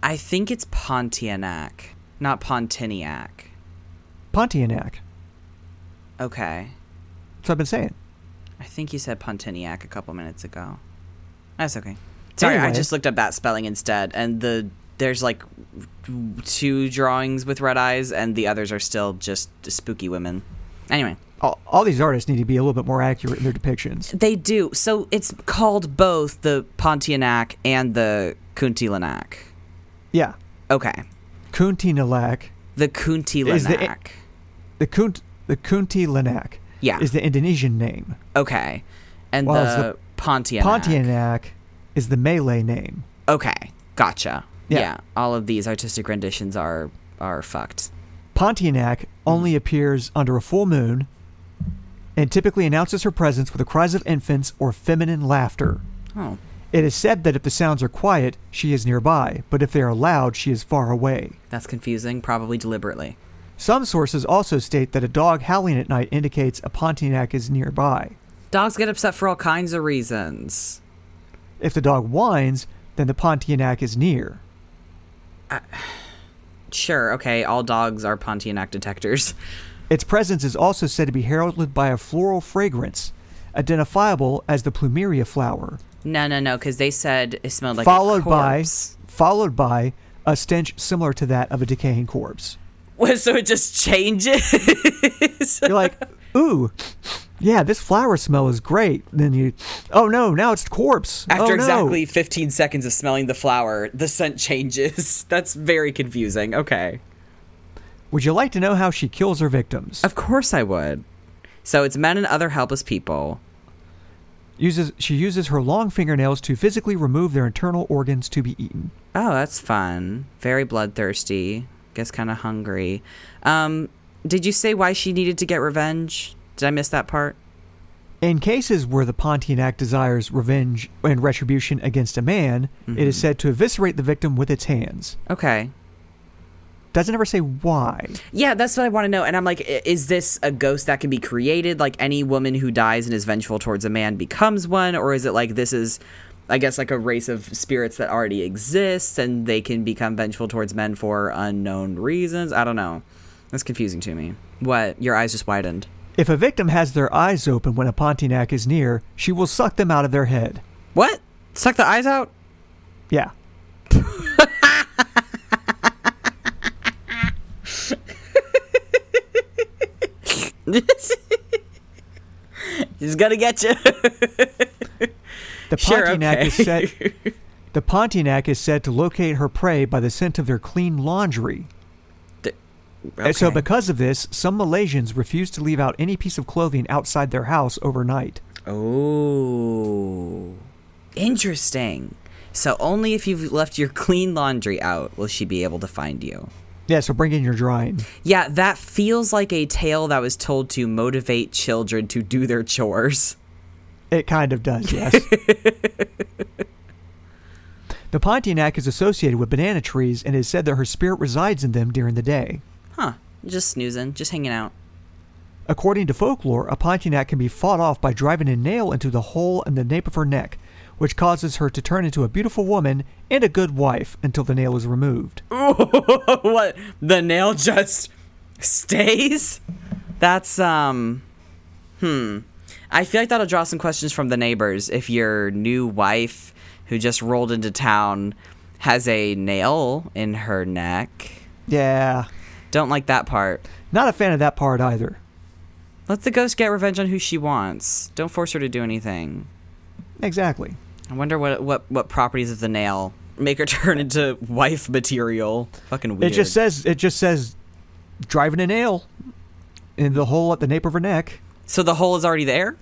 [SPEAKER 1] I think it's Pontianak, not Pontiniac.
[SPEAKER 2] Pontianak.
[SPEAKER 1] Okay.
[SPEAKER 2] That's what I've been saying.
[SPEAKER 1] I think you said Pontiniac a couple minutes ago. That's okay. Sorry, I
[SPEAKER 2] Anyway.
[SPEAKER 1] just looked up that spelling instead, and the there's like two drawings with red eyes, and the others are still just spooky women. Anyway,
[SPEAKER 2] All, all these artists need to be a little bit more accurate in their depictions.
[SPEAKER 1] they do. So it's called both the Pontianak and the Kuntilanak.
[SPEAKER 2] Yeah.
[SPEAKER 1] Okay,
[SPEAKER 2] Kuntinalak
[SPEAKER 1] the
[SPEAKER 2] Is the-
[SPEAKER 1] Kuntilanak.
[SPEAKER 2] The Kunt the Kunti Lenak
[SPEAKER 1] Yeah.
[SPEAKER 2] is the Indonesian name.
[SPEAKER 1] okay, and
[SPEAKER 2] Well, it's
[SPEAKER 1] the, Pontianak.
[SPEAKER 2] Pontianak is the Malay name.
[SPEAKER 1] Okay, gotcha.
[SPEAKER 2] Yeah.
[SPEAKER 1] yeah, all of these artistic renditions are are fucked.
[SPEAKER 2] Pontianak only appears under a full moon and typically announces her presence with the cries of infants or feminine laughter.
[SPEAKER 1] Oh,
[SPEAKER 2] It is said that if the sounds are quiet, she is nearby, but if they are loud, she is far away.
[SPEAKER 1] That's confusing, probably deliberately.
[SPEAKER 2] Some sources also state that a dog howling at night indicates a Pontianak is nearby.
[SPEAKER 1] Dogs get upset for all kinds of reasons.
[SPEAKER 2] If the dog whines, then the Pontianak is near.
[SPEAKER 1] Sure, okay, all dogs are Pontianak detectors.
[SPEAKER 2] Its presence is also said to be heralded by a floral fragrance, identifiable as the plumeria flower,
[SPEAKER 1] No, no, no, because they said it smelled like
[SPEAKER 2] followed
[SPEAKER 1] a
[SPEAKER 2] by
[SPEAKER 1] corpse.
[SPEAKER 2] followed by a stench similar to that of a decaying corpse.
[SPEAKER 1] Well, so it just changes.
[SPEAKER 2] You're like, ooh, yeah, this flower smell is great. Then you, oh no, now it's corpse. Oh,
[SPEAKER 1] After
[SPEAKER 2] no.
[SPEAKER 1] exactly 15 seconds of smelling the flower, the scent changes. That's very confusing. Okay.
[SPEAKER 2] Would you like to know how she kills her victims?
[SPEAKER 1] Of course I would. So it's men and other helpless people.
[SPEAKER 2] Uses she uses her long fingernails to physically remove their internal organs to be eaten.
[SPEAKER 1] Oh, that's fun. Very bloodthirsty. Guess kind of hungry. Um, did you say why she needed to get revenge? Did I miss that part?
[SPEAKER 2] In cases where the Pontianak desires revenge and retribution against a man, it
[SPEAKER 1] Mm-hmm.
[SPEAKER 2] is said to eviscerate the victim with its hands.
[SPEAKER 1] Okay.
[SPEAKER 2] Doesn't ever say why.
[SPEAKER 1] Yeah, that's what I want to know. And I'm like, i- is this a ghost that can be created? Like any woman who dies and is vengeful towards a man becomes one? Or is it like this is, I guess, like a race of spirits that already exists and they can become vengeful towards men for unknown reasons? I don't know. That's confusing to me. What? Your eyes just widened.
[SPEAKER 2] If a victim has their eyes open when a Pontianak is near, she will suck them out of their head.
[SPEAKER 1] What? Suck the eyes out?
[SPEAKER 2] Yeah.
[SPEAKER 1] She's gonna get you.
[SPEAKER 2] The
[SPEAKER 1] Sure,
[SPEAKER 2] Pontianak
[SPEAKER 1] okay.
[SPEAKER 2] is said The Pontianak is said to locate her prey by the scent of their clean laundry. And so
[SPEAKER 1] Okay.
[SPEAKER 2] because of this, some Malaysians refuse to leave out any piece of clothing outside their house overnight.
[SPEAKER 1] Oh, interesting. So only if you've left your clean laundry out will she be able to find you.
[SPEAKER 2] Yeah, so bring in your drying.
[SPEAKER 1] Yeah, that feels like a tale that was told to motivate children to do their chores.
[SPEAKER 2] It kind of does, yes. the Pontianak is associated with banana trees and it is said that her spirit resides in them during the day.
[SPEAKER 1] Huh? Just snoozing, just hanging out.
[SPEAKER 2] According to folklore, a Pontianak can be fought off by driving a nail into the hole in the nape of her neck, which causes her to turn into a beautiful woman and a good wife until the nail is removed.
[SPEAKER 1] what? The nail just stays? That's um hmm. I feel like that'll draw some questions from the neighbors if your new wife who just rolled into town has a nail in her neck.
[SPEAKER 2] Yeah,
[SPEAKER 1] Don't like that part.
[SPEAKER 2] not a fan of that part either.
[SPEAKER 1] Let the ghost get revenge on who she wants. Don't force her to do anything.
[SPEAKER 2] Exactly.
[SPEAKER 1] I wonder what what what properties of the nail make her turn into wife material. Fucking weird.
[SPEAKER 2] It just says it just says driving a nail in the hole at the nape of her neck.
[SPEAKER 1] so the hole is already there?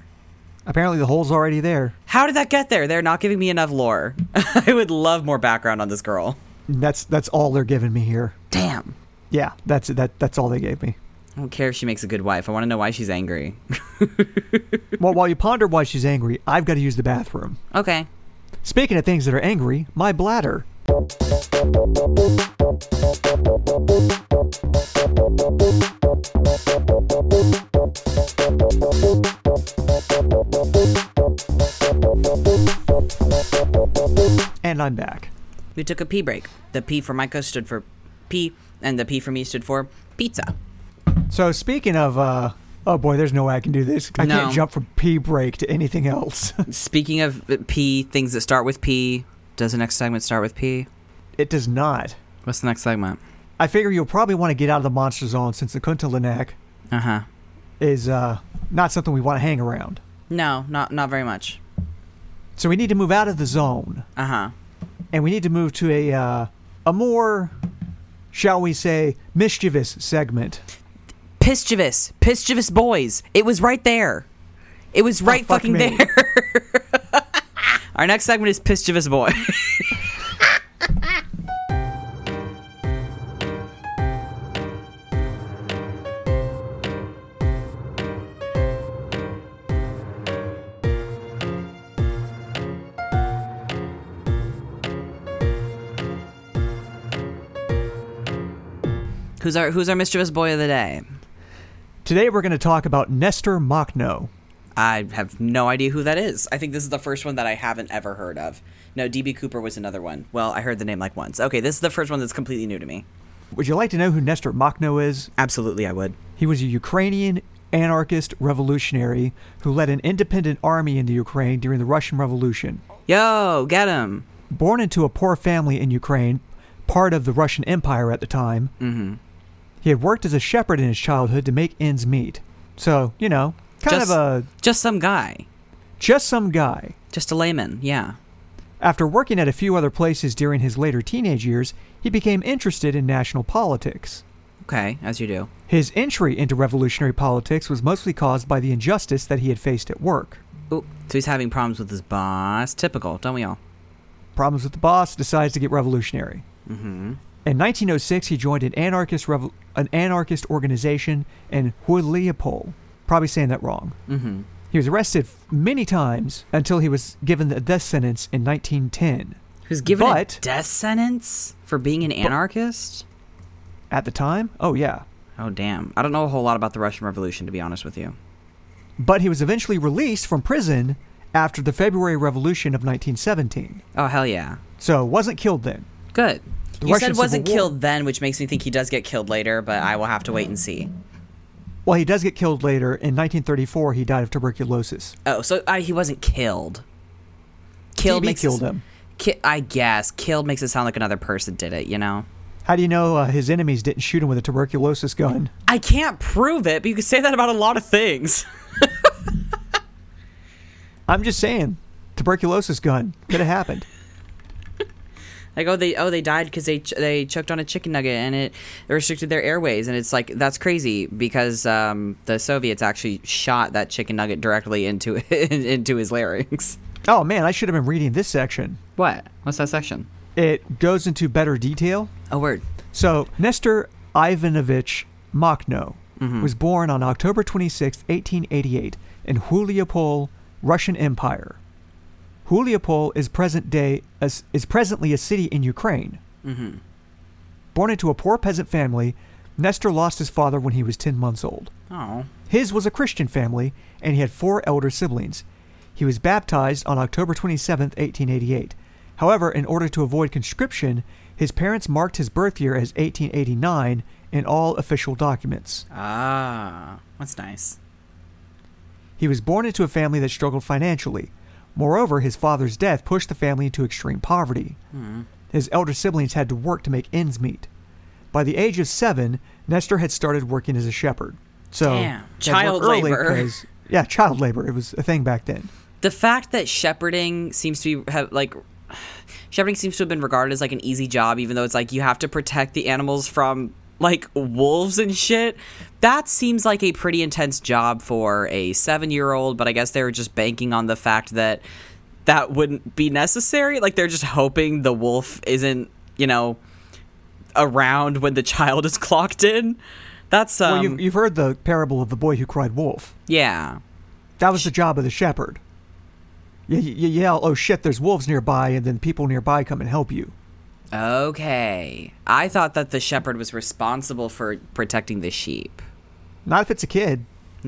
[SPEAKER 2] Apparently, the hole's already there.
[SPEAKER 1] How did that get there? They're not giving me enough lore. I would love more background on this girl.
[SPEAKER 2] That's that's all they're giving me here.
[SPEAKER 1] Damn.
[SPEAKER 2] Yeah, that's that that's all they gave me.
[SPEAKER 1] I don't care if she makes a good wife. I want to know why she's angry.
[SPEAKER 2] well, while you ponder why she's angry, I've got to use the bathroom.
[SPEAKER 1] okay.
[SPEAKER 2] Speaking of things that are angry, my bladder. And I'm back.
[SPEAKER 1] We took a pee break. The P for Micah stood for pee, and the P for me stood for pizza.
[SPEAKER 2] So speaking of, uh, oh boy, there's no way I can do this. I
[SPEAKER 1] No.
[SPEAKER 2] can't jump from pee break to anything else.
[SPEAKER 1] Speaking of uh, P, things that start with P, does the next segment start with P?
[SPEAKER 2] it does not.
[SPEAKER 1] What's the next segment?
[SPEAKER 2] I figure you'll probably want to get out of the monster zone since the Kuntilanak
[SPEAKER 1] Uh huh.
[SPEAKER 2] is uh, not something we want to hang around.
[SPEAKER 1] No, not not very much.
[SPEAKER 2] So we need to move out of the zone,
[SPEAKER 1] Uh huh.
[SPEAKER 2] and we need to move to a uh, a more, shall we say, mischievous segment.
[SPEAKER 1] Pischivous, Pischivous boys. It was right there. It was right
[SPEAKER 2] Oh, fuck
[SPEAKER 1] fucking
[SPEAKER 2] me.
[SPEAKER 1] there. Our next segment is Pischivous boy. Who's our who's our mischievous boy of the day?
[SPEAKER 2] Today we're going to talk about Nestor Machno.
[SPEAKER 1] I have no idea who that is. I think this is the first one that I haven't ever heard of. No, DB Cooper was another one. Well, I heard the name like once. Okay, this is the first one that's completely new to me.
[SPEAKER 2] Would you like to know who Nestor Makhno is?
[SPEAKER 1] Absolutely, I would.
[SPEAKER 2] He was a Ukrainian anarchist revolutionary who led an independent army into Ukraine during the Russian Revolution.
[SPEAKER 1] Yo, get him.
[SPEAKER 2] Born into a poor family in Ukraine, part of the Russian Empire at the time, he had worked as a shepherd in his childhood to make ends meet. So, you know, kind
[SPEAKER 1] just,
[SPEAKER 2] of a
[SPEAKER 1] just some guy,
[SPEAKER 2] just some guy.
[SPEAKER 1] just a layman. Yeah.
[SPEAKER 2] After working at a few other places during his later teenage years, he became interested in national politics.
[SPEAKER 1] Okay, as you do.
[SPEAKER 2] His entry into revolutionary politics was mostly caused by the injustice that he had faced at work.
[SPEAKER 1] Ooh, so he's having problems with his boss. Typical, don't we all?
[SPEAKER 2] Problems with the boss, decides to get revolutionary. In 1906, he joined an anarchist revol- an anarchist organization in Huileapol. Probably saying that wrong.
[SPEAKER 1] Mm-hmm.
[SPEAKER 2] He was arrested f- many times until he was given the death sentence in 1910.
[SPEAKER 1] Who's given
[SPEAKER 2] But-
[SPEAKER 1] a death sentence for being an anarchist?
[SPEAKER 2] At the time, oh yeah,
[SPEAKER 1] Oh damn! I don't know a whole lot about the Russian Revolution, to be honest with you.
[SPEAKER 2] but he was eventually released from prison after the February Revolution of 1917.
[SPEAKER 1] Oh hell yeah!
[SPEAKER 2] So wasn't killed then.
[SPEAKER 1] Good.
[SPEAKER 2] The
[SPEAKER 1] you
[SPEAKER 2] Russian
[SPEAKER 1] said wasn't
[SPEAKER 2] Civil War-
[SPEAKER 1] killed then, which makes me think he does get killed later, but I will have to wait and see.
[SPEAKER 2] Well, he does get killed later. In 1934, he died of tuberculosis.
[SPEAKER 1] Oh, so I, he wasn't killed. Killed
[SPEAKER 2] TB
[SPEAKER 1] makes
[SPEAKER 2] killed
[SPEAKER 1] it,
[SPEAKER 2] him.
[SPEAKER 1] Ki- I guess killed makes it sound like another person did it. You know.
[SPEAKER 2] How do you know uh, his enemies didn't shoot him with a tuberculosis gun?
[SPEAKER 1] I can't prove it, but you can say that about a lot of things.
[SPEAKER 2] I'm just saying, tuberculosis gun could have happened.
[SPEAKER 1] Like oh they oh they died because they ch- they choked on a chicken nugget and it restricted their airways and it's like that's crazy because um, the Soviets actually shot that chicken nugget directly into into his larynx.
[SPEAKER 2] Oh man, I should have been reading this section.
[SPEAKER 1] What? What's that section?
[SPEAKER 2] It goes into better detail.
[SPEAKER 1] A word.
[SPEAKER 2] So Nestor Ivanovich Makhno was born on October 26, 1888, in Huliapol, Russian Empire. Huliapol is present day is is presently a city in Ukraine. Born into a poor peasant family, Nestor lost his father when he was 10 months old.
[SPEAKER 1] Oh.
[SPEAKER 2] His was a Christian family, and he had four elder siblings. He was baptized on October 27, 1888. However, in order to avoid conscription, his parents marked his birth year as 1889 in all official documents.
[SPEAKER 1] Ah, that's nice.
[SPEAKER 2] He was born into a family that struggled financially. Moreover, his father's death pushed the family into extreme poverty.
[SPEAKER 1] Hmm.
[SPEAKER 2] His elder siblings had to work to make ends meet. By the age of seven, Nestor had started working as a shepherd. So
[SPEAKER 1] Damn.
[SPEAKER 2] they work
[SPEAKER 1] Child
[SPEAKER 2] early
[SPEAKER 1] labor.
[SPEAKER 2] 'cause- Yeah, child labor. It was a thing back then.
[SPEAKER 1] The fact that shepherding seems to be have like shepherding seems to have been regarded as like an easy job, even though it's like you have to protect the animals from like wolves and shit. That seems like a pretty intense job for a seven year old, but I guess they were just banking on the fact that that wouldn't be necessary. Like they're just hoping the wolf isn't, you know, around when the child is clocked in. That's um,
[SPEAKER 2] Well, you've, you've heard the parable of the boy who cried wolf.
[SPEAKER 1] yeah.
[SPEAKER 2] That was the job of the shepherd. You, you you yell, oh shit, there's wolves nearby, and then people nearby come and help you.
[SPEAKER 1] Okay. I thought that the shepherd was responsible for protecting the sheep.
[SPEAKER 2] Not if it's a kid.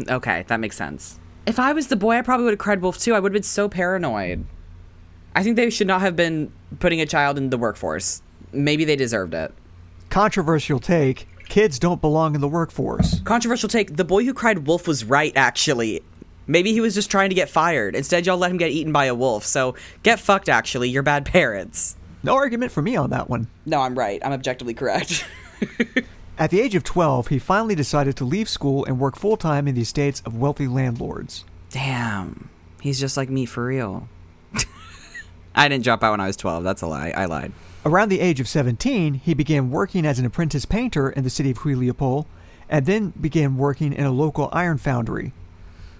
[SPEAKER 1] Okay, that makes sense. If I was the boy, I probably would have cried wolf too. I would have been so paranoid. I think they should not have been putting a child in the workforce. Maybe they deserved it.
[SPEAKER 2] Controversial take kids don't belong in the workforce.
[SPEAKER 1] Controversial take the boy who cried wolf was right, actually. Maybe he was just trying to get fired. Instead, y'all let him get eaten by a wolf. So get fucked, actually. You're bad parents.
[SPEAKER 2] No argument for me on that one.
[SPEAKER 1] No, I'm right. I'm objectively correct.
[SPEAKER 2] At the age of 12, he finally decided to leave school and work full time in the estates of wealthy landlords.
[SPEAKER 1] Damn. He's just like me for real. I didn't drop out when I was 12. That's a lie. I lied.
[SPEAKER 2] Around the age of 17, he began working as an apprentice painter in the city of Huileapol and then began working in a local iron foundry.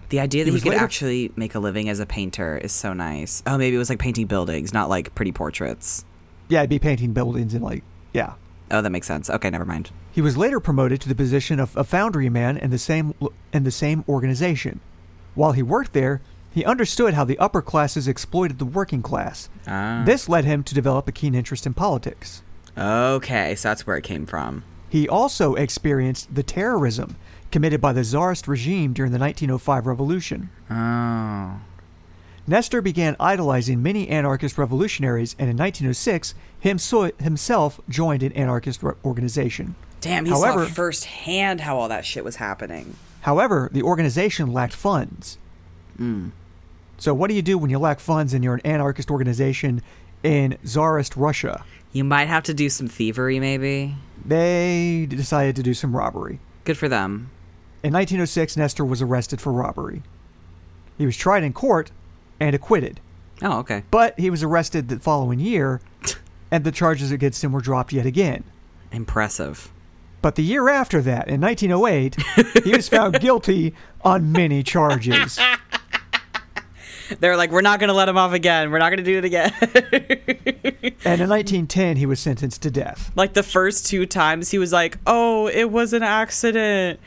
[SPEAKER 1] The idea that
[SPEAKER 2] He
[SPEAKER 1] he,
[SPEAKER 2] was
[SPEAKER 1] could
[SPEAKER 2] later-
[SPEAKER 1] actually make a living as a painter is so nice. Oh, maybe it was like painting buildings, not like pretty portraits.
[SPEAKER 2] Yeah, I'd be painting buildings and like, yeah.
[SPEAKER 1] Oh, that makes sense. Okay, never mind.
[SPEAKER 2] He was later promoted to the position of a foundry man in the same in the same organization. While he worked there, he understood how the upper classes exploited the working class.
[SPEAKER 1] Ah.
[SPEAKER 2] This led him to develop a keen interest in politics.
[SPEAKER 1] Ah. Okay, so that's where it came from.
[SPEAKER 2] He also experienced the terrorism committed by the Tsarist regime during the 1905 revolution.
[SPEAKER 1] Oh.
[SPEAKER 2] Nestor began idolizing many anarchist revolutionaries, and in 1906, himso- himself joined an anarchist re- organization.
[SPEAKER 1] Damn, he
[SPEAKER 2] However-
[SPEAKER 1] saw firsthand how all that shit was happening.
[SPEAKER 2] However, the organization lacked funds. So, what do you do when you lack funds and you're an anarchist organization in Tsarist Russia?
[SPEAKER 1] You might have to do some thievery, maybe.
[SPEAKER 2] They decided to do some robbery.
[SPEAKER 1] Good for them.
[SPEAKER 2] In 1906, Nestor was arrested for robbery. He was tried in court and acquitted,
[SPEAKER 1] Oh, okay.
[SPEAKER 2] but he was arrested the following year, and the charges against him were dropped yet again.
[SPEAKER 1] Impressive.
[SPEAKER 2] But the year after that, in 1908, he was found guilty on many charges.
[SPEAKER 1] They're like, we're not going to let him off again. We're not going to do it again.
[SPEAKER 2] And in 1910, he was sentenced to death.
[SPEAKER 1] like the first two times, he was like, oh, it was an accident.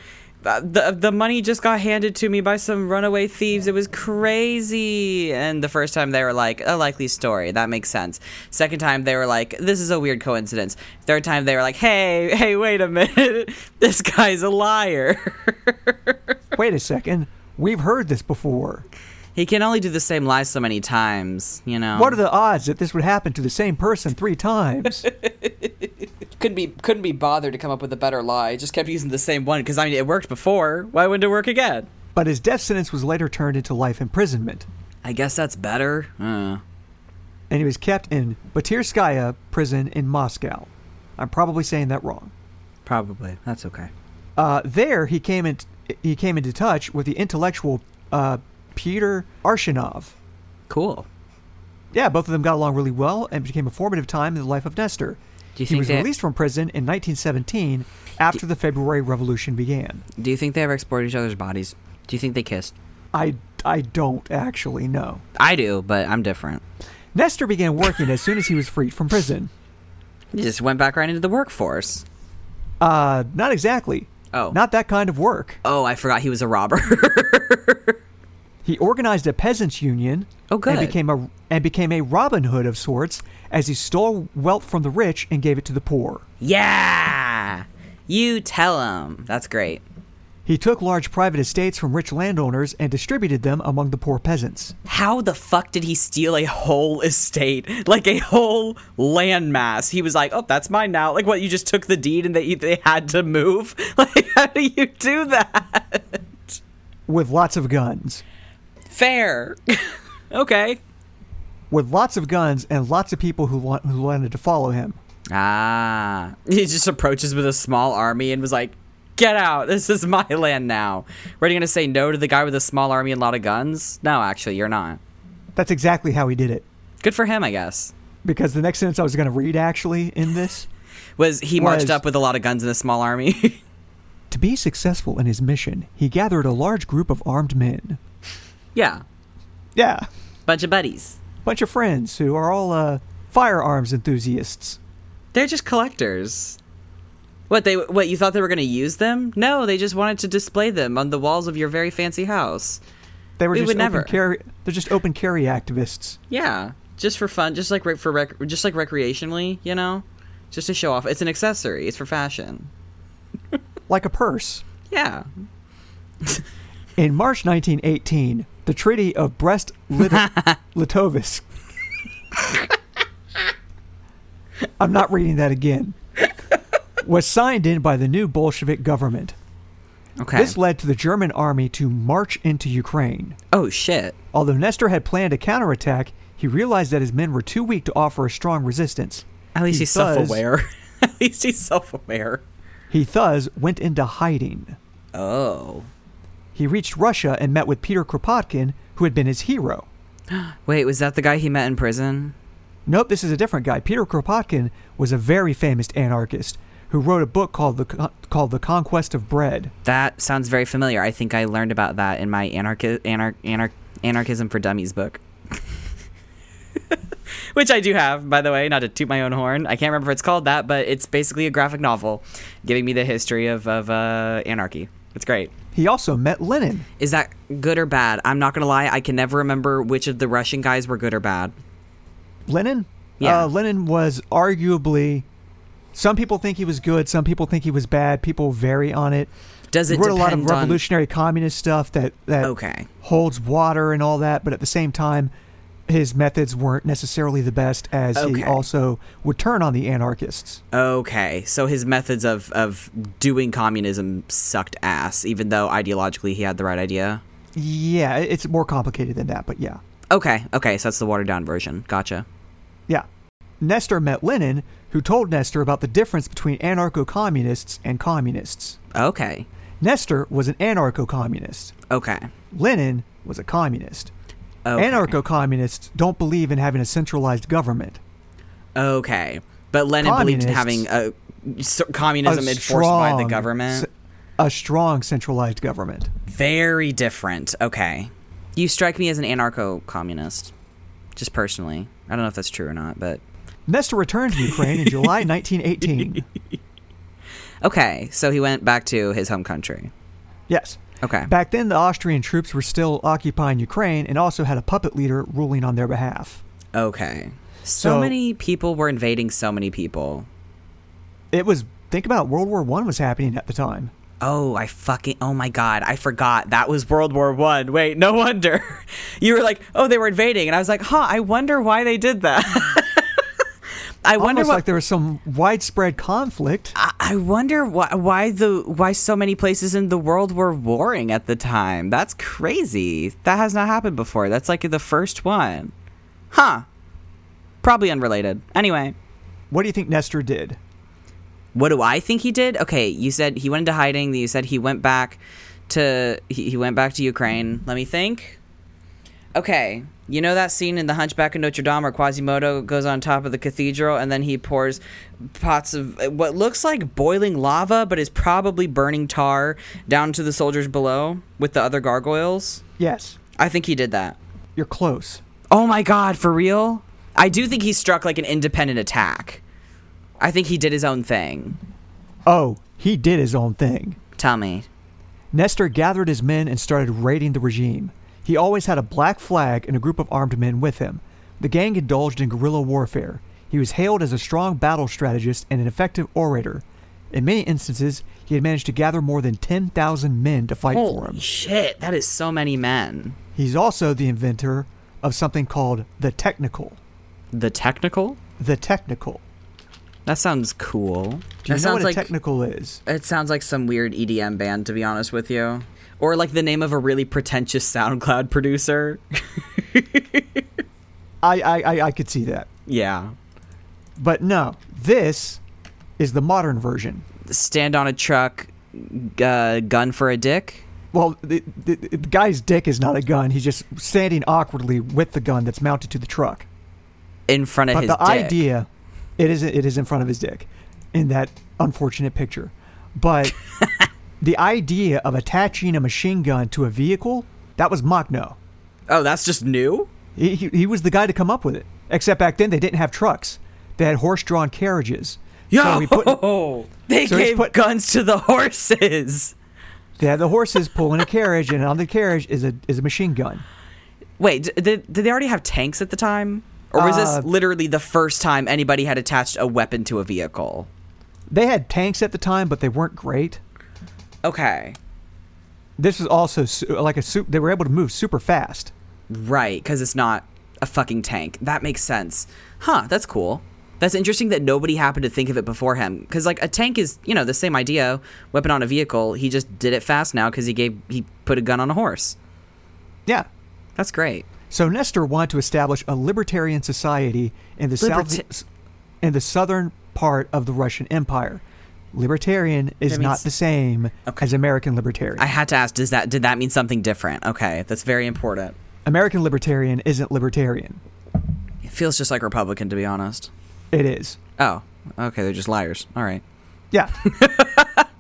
[SPEAKER 1] Uh, The, the money just got handed to me by some runaway thieves. It was crazy. And the first time they were like, a likely story. That makes sense. Second time they were like, this is a weird coincidence. Third time they were like, hey, hey, wait a minute. This guy's a liar.
[SPEAKER 2] Wait a second. We've heard this before.
[SPEAKER 1] he can only do the same lie so many times, you know?
[SPEAKER 2] What are the odds that this would happen to the same person three times?
[SPEAKER 1] couldn't be couldn't be bothered to come up with a better lie. Just kept using the same one because I mean it worked before. Why wouldn't it work again?
[SPEAKER 2] But his death sentence was later turned into life imprisonment,
[SPEAKER 1] I guess that's better. Uh,
[SPEAKER 2] and he was kept in Batyrskaya prison in Moscow. I'm probably saying that wrong.
[SPEAKER 1] probably that's okay.
[SPEAKER 2] Uh, there, he came in, he came into touch with the intellectual uh, Peter Arshinov.
[SPEAKER 1] Cool.
[SPEAKER 2] Yeah, both of them got along really well and became a formative time in the life of Nestor.
[SPEAKER 1] Do you
[SPEAKER 2] he
[SPEAKER 1] think
[SPEAKER 2] was
[SPEAKER 1] that-
[SPEAKER 2] released from prison in 1917 after the February Revolution began.
[SPEAKER 1] Do you think they ever explored each other's bodies? Do you think they kissed?
[SPEAKER 2] I, I don't actually know.
[SPEAKER 1] I do, but I'm different.
[SPEAKER 2] Nestor began working as soon as he was freed from prison.
[SPEAKER 1] You just went back right into the workforce.
[SPEAKER 2] Uh, not exactly.
[SPEAKER 1] Oh.
[SPEAKER 2] Not that kind of work.
[SPEAKER 1] Oh, I forgot he was a robber.
[SPEAKER 2] He organized a peasants' union.
[SPEAKER 1] Oh, good.
[SPEAKER 2] And became a and became a Robin Hood of sorts, as he stole wealth from the rich and gave it to the poor.
[SPEAKER 1] yeah. You tell him. That's great.
[SPEAKER 2] He took large private estates from rich landowners and distributed them among the poor peasants.
[SPEAKER 1] How the fuck did he steal a whole estate, like a whole landmass? He was like, "Oh, that's mine now." Like, what? You just took the deed and they they had to move. Like, how do you do that?
[SPEAKER 2] With lots of guns.
[SPEAKER 1] Fair. okay.
[SPEAKER 2] With lots of guns and lots of people who, want, who wanted to follow him.
[SPEAKER 1] Ah, he just approaches with a small army and was like, "Get out! This is my land now." Were you gonna say no to the guy with a small army and a lot of guns? No, actually, you're not.
[SPEAKER 2] That's exactly how he did it.
[SPEAKER 1] Good for him, I guess.
[SPEAKER 2] Because the next sentence I was going to read actually in this
[SPEAKER 1] Was he marched
[SPEAKER 2] Was-
[SPEAKER 1] up with a lot of guns and a small army?
[SPEAKER 2] To be successful in his mission, he gathered a large group of armed men.
[SPEAKER 1] yeah,
[SPEAKER 2] Yeah,
[SPEAKER 1] bunch of buddies.
[SPEAKER 2] bunch of friends who are all uh, firearms enthusiasts.
[SPEAKER 1] They're just collectors. What they what you thought they were going to use them? No, they just wanted to display them on the walls of your very fancy house.
[SPEAKER 2] They were
[SPEAKER 1] We
[SPEAKER 2] just
[SPEAKER 1] would
[SPEAKER 2] open
[SPEAKER 1] never.
[SPEAKER 2] carry. They're just open carry activists.
[SPEAKER 1] Yeah, just for fun, just like rec- for rec- just like recreationally, you know, just to show off. It's an accessory. It's for fashion.
[SPEAKER 2] like a purse.
[SPEAKER 1] Yeah.
[SPEAKER 2] In March 1918, the Treaty of Brest Lit- Litovsk. I'm not reading that again. Was signed in by the new Bolshevik government.
[SPEAKER 1] Okay.
[SPEAKER 2] This led to the German army to march into Ukraine.
[SPEAKER 1] oh shit.
[SPEAKER 2] Although Nestor had planned a counterattack, he realized that his men were too weak to offer a strong resistance.
[SPEAKER 1] At least
[SPEAKER 2] He
[SPEAKER 1] he's
[SPEAKER 2] does.
[SPEAKER 1] self-aware. At least he's self-aware.
[SPEAKER 2] He thus went into hiding.
[SPEAKER 1] Oh.
[SPEAKER 2] He reached Russia and met with Peter Kropotkin, who had been his hero.
[SPEAKER 1] Wait, was that the guy he met in prison?
[SPEAKER 2] Nope, this is a different guy. Peter Kropotkin was a very famous anarchist who wrote a book called the Con- called The Conquest of Bread.
[SPEAKER 1] That sounds very familiar. I think I learned about that in my anarchi- anar- anar- Anarchism for Dummies book. Which I do have, by the way, not to toot my own horn. I can't remember if it's called that, but it's basically a graphic novel giving me the history of, of uh, anarchy. It's great.
[SPEAKER 2] He also met Lenin.
[SPEAKER 1] Is that good or bad? I'm not going to lie. I can never remember which of the Russian guys were good or bad.
[SPEAKER 2] Lenin?
[SPEAKER 1] Yeah.
[SPEAKER 2] Uh, Lenin was arguably Some people think he was good. Some people think he was bad. People vary on it.
[SPEAKER 1] Does
[SPEAKER 2] He
[SPEAKER 1] it
[SPEAKER 2] wrote a lot of
[SPEAKER 1] depend on-
[SPEAKER 2] revolutionary communist stuff that that
[SPEAKER 1] Okay.
[SPEAKER 2] holds water and all that, but at the same time, his methods weren't necessarily the best, as
[SPEAKER 1] Okay.
[SPEAKER 2] he also would turn on the anarchists.
[SPEAKER 1] Okay, so his methods of of doing communism sucked ass, even though ideologically he had the right idea.
[SPEAKER 2] Yeah, it- it's more complicated than that, but yeah,
[SPEAKER 1] Okay, okay, so that's the watered down version. Gotcha.
[SPEAKER 2] yeah. Nestor met Lenin, who told Nestor about the difference between anarcho-communists and communists.
[SPEAKER 1] Okay,
[SPEAKER 2] Nestor was an anarcho-communist.
[SPEAKER 1] okay,
[SPEAKER 2] Lenin was a communist.
[SPEAKER 1] okay,
[SPEAKER 2] Anarcho-communists don't believe in having a centralized government.
[SPEAKER 1] okay. But Lenin believed in having
[SPEAKER 2] Communists.
[SPEAKER 1] a so-
[SPEAKER 2] A
[SPEAKER 1] communism enforced by the
[SPEAKER 2] strong
[SPEAKER 1] government.
[SPEAKER 2] ce- A strong centralized government.
[SPEAKER 1] Very different. Okay, you strike me as an anarcho communist, just personally. I don't know if that's true or not, but
[SPEAKER 2] Nestor returned to Ukraine in July 1918.
[SPEAKER 1] okay. So he went back to his home country.
[SPEAKER 2] Yes.
[SPEAKER 1] Okay.
[SPEAKER 2] Back then, the Austrian troops were still occupying Ukraine and also had a puppet leader ruling on their behalf.
[SPEAKER 1] Okay. So,
[SPEAKER 2] So-
[SPEAKER 1] many people were invading so many people.
[SPEAKER 2] It was, think about it, World War One was happening at the time.
[SPEAKER 1] Oh, I fucking oh my god, I forgot. That was World War 1. Wait, no wonder. You were like, "Oh, they were invading." And I was like, "Huh, I wonder why they did that." I wonder
[SPEAKER 2] Almost
[SPEAKER 1] what
[SPEAKER 2] like there was some widespread conflict.
[SPEAKER 1] I- I wonder why why the why so many places in the world were warring at the time. That's crazy. That has not happened before. That's like the first one. Huh. Probably unrelated. Anyway,
[SPEAKER 2] What do you think Nestor did?
[SPEAKER 1] What do I think he did? Okay, you said he went into hiding. You said he went back to he, he went back to Ukraine. Let me think. Okay, you know that scene in The Hunchback of Notre Dame where Quasimodo goes on top of the cathedral and then he pours pots of what looks like boiling lava but is probably burning tar down to the soldiers below with the other gargoyles?
[SPEAKER 2] Yes,
[SPEAKER 1] I think he did that.
[SPEAKER 2] you're close.
[SPEAKER 1] Oh my god, for real? I do think he struck like an independent attack. I think he did his own thing.
[SPEAKER 2] Oh, he did his own thing.
[SPEAKER 1] Tell me.
[SPEAKER 2] Nestor gathered his men and started raiding the regime. He always had a black flag and a group of armed men with him. The gang indulged in guerrilla warfare. He was hailed as a strong battle strategist and an effective orator. In many instances, he had managed to gather more than 10,000 men to fight for
[SPEAKER 1] Holy
[SPEAKER 2] him.
[SPEAKER 1] shit, that is so many men.
[SPEAKER 2] He's also the inventor of something called the technical.
[SPEAKER 1] The technical?
[SPEAKER 2] The technical.
[SPEAKER 1] That sounds cool.
[SPEAKER 2] Do you
[SPEAKER 1] that
[SPEAKER 2] know
[SPEAKER 1] sounds
[SPEAKER 2] what a
[SPEAKER 1] like
[SPEAKER 2] technical is?
[SPEAKER 1] it sounds like some weird EDM band to be honest with you. Or like the name of a really pretentious SoundCloud producer.
[SPEAKER 2] I, I, I, I could see that.
[SPEAKER 1] yeah.
[SPEAKER 2] But no, this is the modern version.
[SPEAKER 1] Stand on a truck, g- uh, gun for a dick.
[SPEAKER 2] Well, the, the, the guy's dick is not a gun. He's just standing awkwardly with the gun that's mounted to the truck.
[SPEAKER 1] In front of
[SPEAKER 2] But
[SPEAKER 1] his
[SPEAKER 2] the
[SPEAKER 1] dick.
[SPEAKER 2] idea, it is it is in front of his dick, in that unfortunate picture. But the idea of attaching a machine gun to a vehicle that was Machno.
[SPEAKER 1] Oh, that's just new?
[SPEAKER 2] He, he, he was the guy to come up with it. Except back then they didn't have trucks; they had horse-drawn carriages.
[SPEAKER 1] Yo!
[SPEAKER 2] So we put
[SPEAKER 1] they
[SPEAKER 2] so he's
[SPEAKER 1] gave
[SPEAKER 2] put-
[SPEAKER 1] guns to the horses.
[SPEAKER 2] they had the horses pulling a carriage, and on the carriage is a is a machine gun.
[SPEAKER 1] Wait, d- did, did they already have tanks at the time? Or was
[SPEAKER 2] Uh,
[SPEAKER 1] this literally the first time anybody had attached a weapon to a vehicle?
[SPEAKER 2] They had tanks at the time, but they weren't great.
[SPEAKER 1] Okay.
[SPEAKER 2] this was also su- like a su- they were able to move super fast.
[SPEAKER 1] Right, because it's not a fucking tank. That makes sense. Huh, that's cool. That's interesting that nobody happened to think of it before him. Because, like, a tank is, you know, the same idea weapon on a vehicle. He just did it fast now because he gave, he put a gun on a horse.
[SPEAKER 2] Yeah.
[SPEAKER 1] That's great.
[SPEAKER 2] So Nestor wanted to establish a libertarian society in the
[SPEAKER 1] Liberta-
[SPEAKER 2] south in the southern part of the Russian Empire. Libertarian is
[SPEAKER 1] That
[SPEAKER 2] not
[SPEAKER 1] means-
[SPEAKER 2] the same
[SPEAKER 1] Okay.
[SPEAKER 2] as American libertarian.
[SPEAKER 1] I had to ask, does that, did that mean something different? Okay, that's very important.
[SPEAKER 2] American libertarian isn't libertarian.
[SPEAKER 1] It feels just like Republican, to be honest.
[SPEAKER 2] It is.
[SPEAKER 1] Oh, okay, they're just liars. All right.
[SPEAKER 2] Yeah.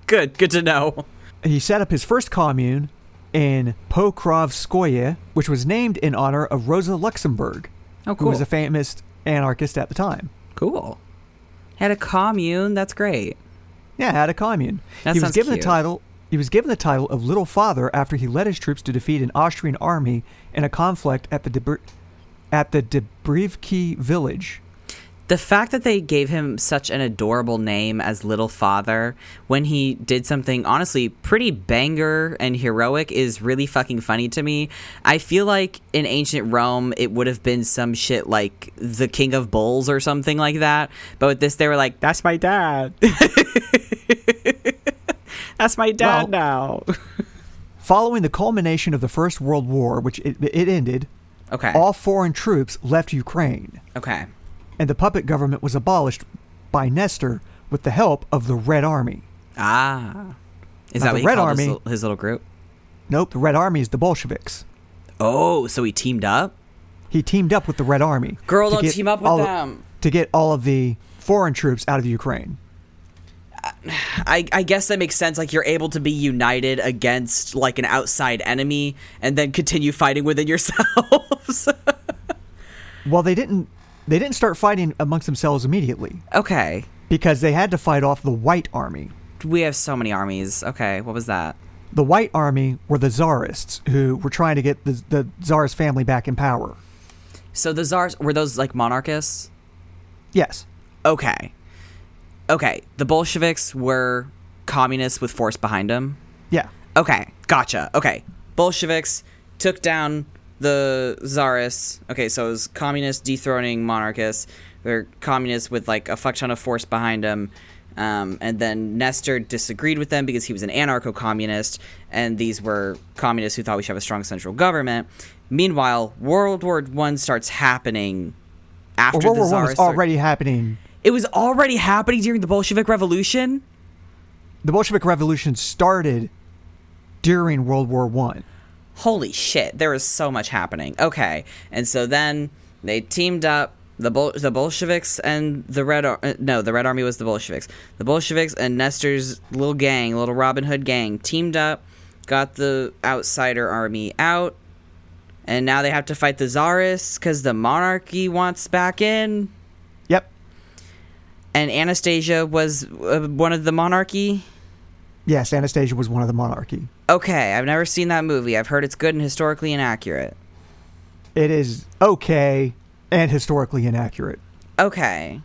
[SPEAKER 1] Good, good to know.
[SPEAKER 2] he set up his first commune in Pokrovskoye, which was named in honor of Rosa Luxemburg,
[SPEAKER 1] Oh,
[SPEAKER 2] who was
[SPEAKER 1] cool.
[SPEAKER 2] a famous anarchist at the time.
[SPEAKER 1] Cool. Had a commune. That's great.
[SPEAKER 2] Yeah, had a commune.
[SPEAKER 1] That
[SPEAKER 2] he was
[SPEAKER 1] sounds
[SPEAKER 2] given
[SPEAKER 1] cute.
[SPEAKER 2] the title. He was given the title of Little Father after he led his troops to defeat an Austrian army in a conflict at the Debr- at the Debrivki village.
[SPEAKER 1] The fact that they gave him such an adorable name as Little Father when he did something honestly pretty banger and heroic is really fucking funny to me. I feel like in ancient Rome it would have been some shit like the King of Bulls or something like that, but with this they were like, "That's my dad." That's my dad now.
[SPEAKER 2] Following the culmination of the First World War, which it, it ended,
[SPEAKER 1] Okay.
[SPEAKER 2] all foreign troops left Ukraine,
[SPEAKER 1] okay.
[SPEAKER 2] and the puppet government was abolished by Nestor with the help of the Red Army.
[SPEAKER 1] Ah. Is
[SPEAKER 2] Now
[SPEAKER 1] that what
[SPEAKER 2] the
[SPEAKER 1] he
[SPEAKER 2] Red
[SPEAKER 1] called his,
[SPEAKER 2] Army-
[SPEAKER 1] little- his little group?
[SPEAKER 2] Nope, the Red Army is the Bolsheviks.
[SPEAKER 1] Oh, so he teamed up?
[SPEAKER 2] He teamed up with the Red Army.
[SPEAKER 1] Girl,
[SPEAKER 2] to
[SPEAKER 1] don't
[SPEAKER 2] get
[SPEAKER 1] team up with
[SPEAKER 2] all-
[SPEAKER 1] them.
[SPEAKER 2] To get all of the foreign troops out of Ukraine.
[SPEAKER 1] I, I guess that makes sense. Like you're able to be united against like an outside enemy and then continue fighting within yourselves.
[SPEAKER 2] Well, they didn't. They didn't start fighting amongst themselves immediately
[SPEAKER 1] okay.
[SPEAKER 2] because they had to fight off the White Army.
[SPEAKER 1] We have so many armies. Okay, what was that?
[SPEAKER 2] The White Army were the Tsarists who were trying to get the, the Tsar's family back in power.
[SPEAKER 1] So the czars were those like monarchists?
[SPEAKER 2] Yes,
[SPEAKER 1] Okay. Okay. The Bolsheviks were communists with force behind them.
[SPEAKER 2] yeah,
[SPEAKER 1] Okay, gotcha. Okay, Bolsheviks took down the czarists. Okay, so it was communists dethroning monarchists. They're communists with like a fuck ton of force behind them. Um, and then Nestor disagreed with them because he was an anarcho communist, and these were communists who thought we should have a strong central government. Meanwhile, World War One starts happening after
[SPEAKER 2] Well, World
[SPEAKER 1] the
[SPEAKER 2] War One was
[SPEAKER 1] czarists. are-
[SPEAKER 2] already happening.
[SPEAKER 1] it was already happening during the Bolshevik Revolution.
[SPEAKER 2] The Bolshevik Revolution started during World War One.
[SPEAKER 1] holy shit, there was so much happening. Okay, and so then they teamed up. The Bol- the Bolsheviks and the Red Ar- uh, no, the Red Army was the Bolsheviks. The Bolsheviks and Nestor's little gang, little Robin Hood gang, teamed up, got the outsider army out, and now they have to fight the czarists because the monarchy wants back in.
[SPEAKER 2] Yep.
[SPEAKER 1] And Anastasia was uh, one of the monarchy.
[SPEAKER 2] Yes, Anastasia was one of the monarchy.
[SPEAKER 1] Okay, I've never seen that movie. I've heard it's good and historically inaccurate.
[SPEAKER 2] It is okay and historically inaccurate.
[SPEAKER 1] Okay.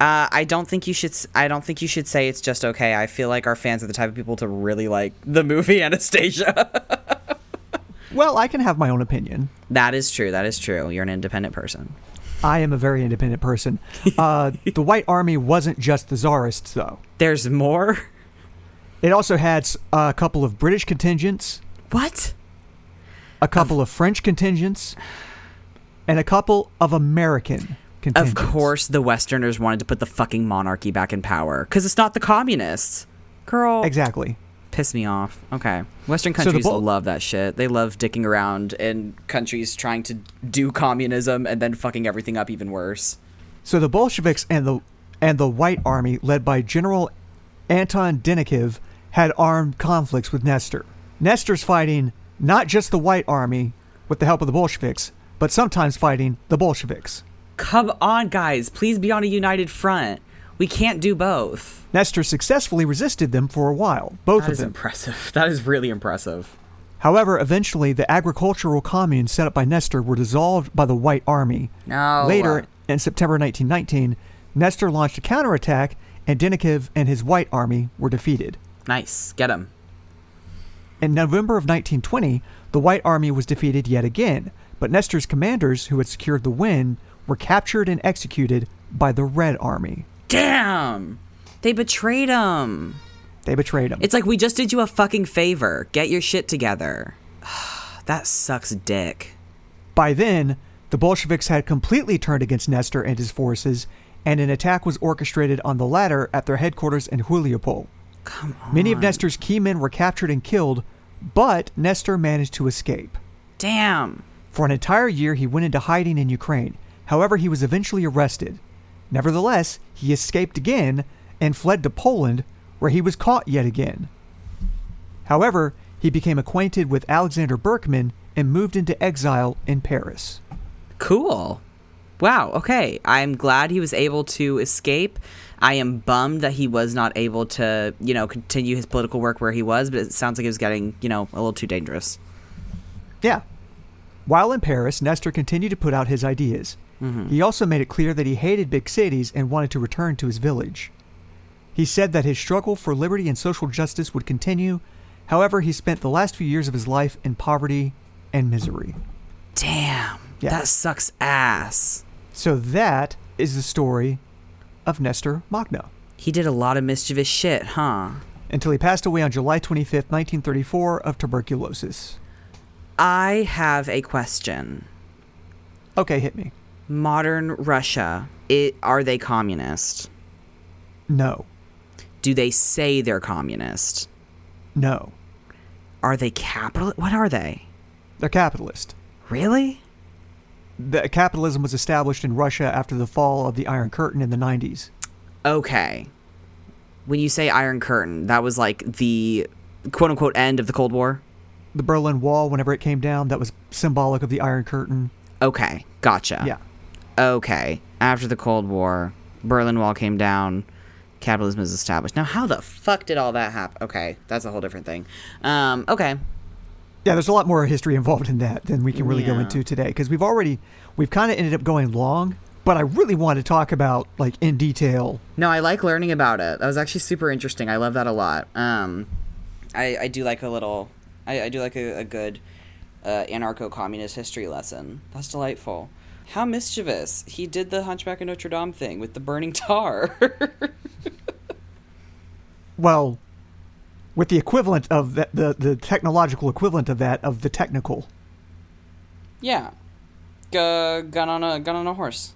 [SPEAKER 1] Uh, I don't think you should. s- I don't think you should say it's just okay. I feel like our fans are the type of people to really like the movie Anastasia.
[SPEAKER 2] Well, I can have my own opinion.
[SPEAKER 1] that is true. That is true. You're an independent person.
[SPEAKER 2] I am a very independent person. Uh, the White Army wasn't just the Tsarists, though.
[SPEAKER 1] There's more.
[SPEAKER 2] It also had s- a couple of British contingents,
[SPEAKER 1] What?
[SPEAKER 2] a couple of French contingents, and a couple of American
[SPEAKER 1] Of
[SPEAKER 2] contingents.
[SPEAKER 1] course, the Westerners wanted to put the fucking monarchy back in power because it's not the communists. Girl,
[SPEAKER 2] Exactly.
[SPEAKER 1] piss me off. Okay, Western
[SPEAKER 2] So the
[SPEAKER 1] countries
[SPEAKER 2] Bol-
[SPEAKER 1] love that shit. They love dicking around in countries trying to do communism and then fucking everything up even worse.
[SPEAKER 2] So the Bolsheviks and the and the White Army, led by General Anton Denikiv, had armed conflicts with Nestor. Nestor's fighting not just the White Army with the help of the Bolsheviks, but sometimes fighting the Bolsheviks.
[SPEAKER 1] Come on, guys. Please be on a united front. We can't do both.
[SPEAKER 2] Nestor successfully resisted them for a while, both
[SPEAKER 1] That
[SPEAKER 2] of
[SPEAKER 1] is
[SPEAKER 2] them.
[SPEAKER 1] impressive. That is really impressive.
[SPEAKER 2] However, eventually the agricultural communes set up by Nestor were dissolved by the White Army.
[SPEAKER 1] No. uh.
[SPEAKER 2] Later, in September 1919, Nestor launched a counterattack and Denikiv and his White Army were defeated.
[SPEAKER 1] Nice. Get him.
[SPEAKER 2] In November of 1920, the White Army was defeated yet again, but Nestor's commanders, who had secured the win, were captured and executed by the Red Army.
[SPEAKER 1] Damn. They betrayed him.
[SPEAKER 2] They betrayed him.
[SPEAKER 1] It's like we just did you a fucking favor. Get your shit together. that sucks dick.
[SPEAKER 2] By then, the Bolsheviks had completely turned against Nestor and his forces, and an attack was orchestrated on the latter at their headquarters in Huliopol.
[SPEAKER 1] Come on.
[SPEAKER 2] Many of Nestor's key men were captured and killed, but Nestor managed to escape.
[SPEAKER 1] Damn.
[SPEAKER 2] For an entire year, he went into hiding in Ukraine. However, he was eventually arrested. Nevertheless, he escaped again and fled to Poland, where he was caught yet again. However, he became acquainted with Alexander Berkman and moved into exile in Paris.
[SPEAKER 1] Cool. Wow. Okay. I'm glad he was able to escape. I am bummed that he was not able to, you know, continue his political work where he was, but it sounds like it was getting, you know, a little too dangerous.
[SPEAKER 2] Yeah. While in Paris, Nestor continued to put out his ideas. He also made it clear that he hated big cities and wanted to return to his village. He said that his struggle for liberty and social justice would continue. However, he spent the last few years of his life in poverty and misery.
[SPEAKER 1] Damn.
[SPEAKER 2] Yeah.
[SPEAKER 1] That sucks ass.
[SPEAKER 2] So that is the story of Nestor Magna.
[SPEAKER 1] He did a lot of mischievous shit, huh?
[SPEAKER 2] until he passed away on July 25, 1934, of tuberculosis.
[SPEAKER 1] I have a question.
[SPEAKER 2] Okay, hit me.
[SPEAKER 1] Modern Russia, it, are they communist?
[SPEAKER 2] No,
[SPEAKER 1] Do they say they're communist?
[SPEAKER 2] no.
[SPEAKER 1] Are they capital? What are they?
[SPEAKER 2] They're capitalist.
[SPEAKER 1] Really?
[SPEAKER 2] The, capitalism was established in Russia after the fall of the Iron Curtain in the 90s.
[SPEAKER 1] Okay. When you say Iron Curtain, that was like the quote unquote end of the Cold War?
[SPEAKER 2] The Berlin Wall, whenever it came down, that was symbolic of the Iron Curtain.
[SPEAKER 1] Okay. Gotcha.
[SPEAKER 2] Yeah.
[SPEAKER 1] Okay. After the Cold War, Berlin Wall came down, capitalism was established. Now, how the fuck did all that happen? Okay. That's a whole different thing. Um, okay.
[SPEAKER 2] Yeah, there's a lot more history involved in that than we can really go
[SPEAKER 1] Yeah.
[SPEAKER 2] into today because we've already, we've kind of ended up going long, but I really want to talk about, like, in detail.
[SPEAKER 1] No, I like learning about it. That was actually super interesting. I love that a lot. Um, I, I do like a little, I, I do like a, a good uh, anarcho communist history lesson. That's delightful. How mischievous. He did the Hunchback of Notre Dame thing with the burning tar.
[SPEAKER 2] Well, with the equivalent of the, the, the technological equivalent of that, of the technical.
[SPEAKER 1] yeah. Uh, gun on a gun on a horse.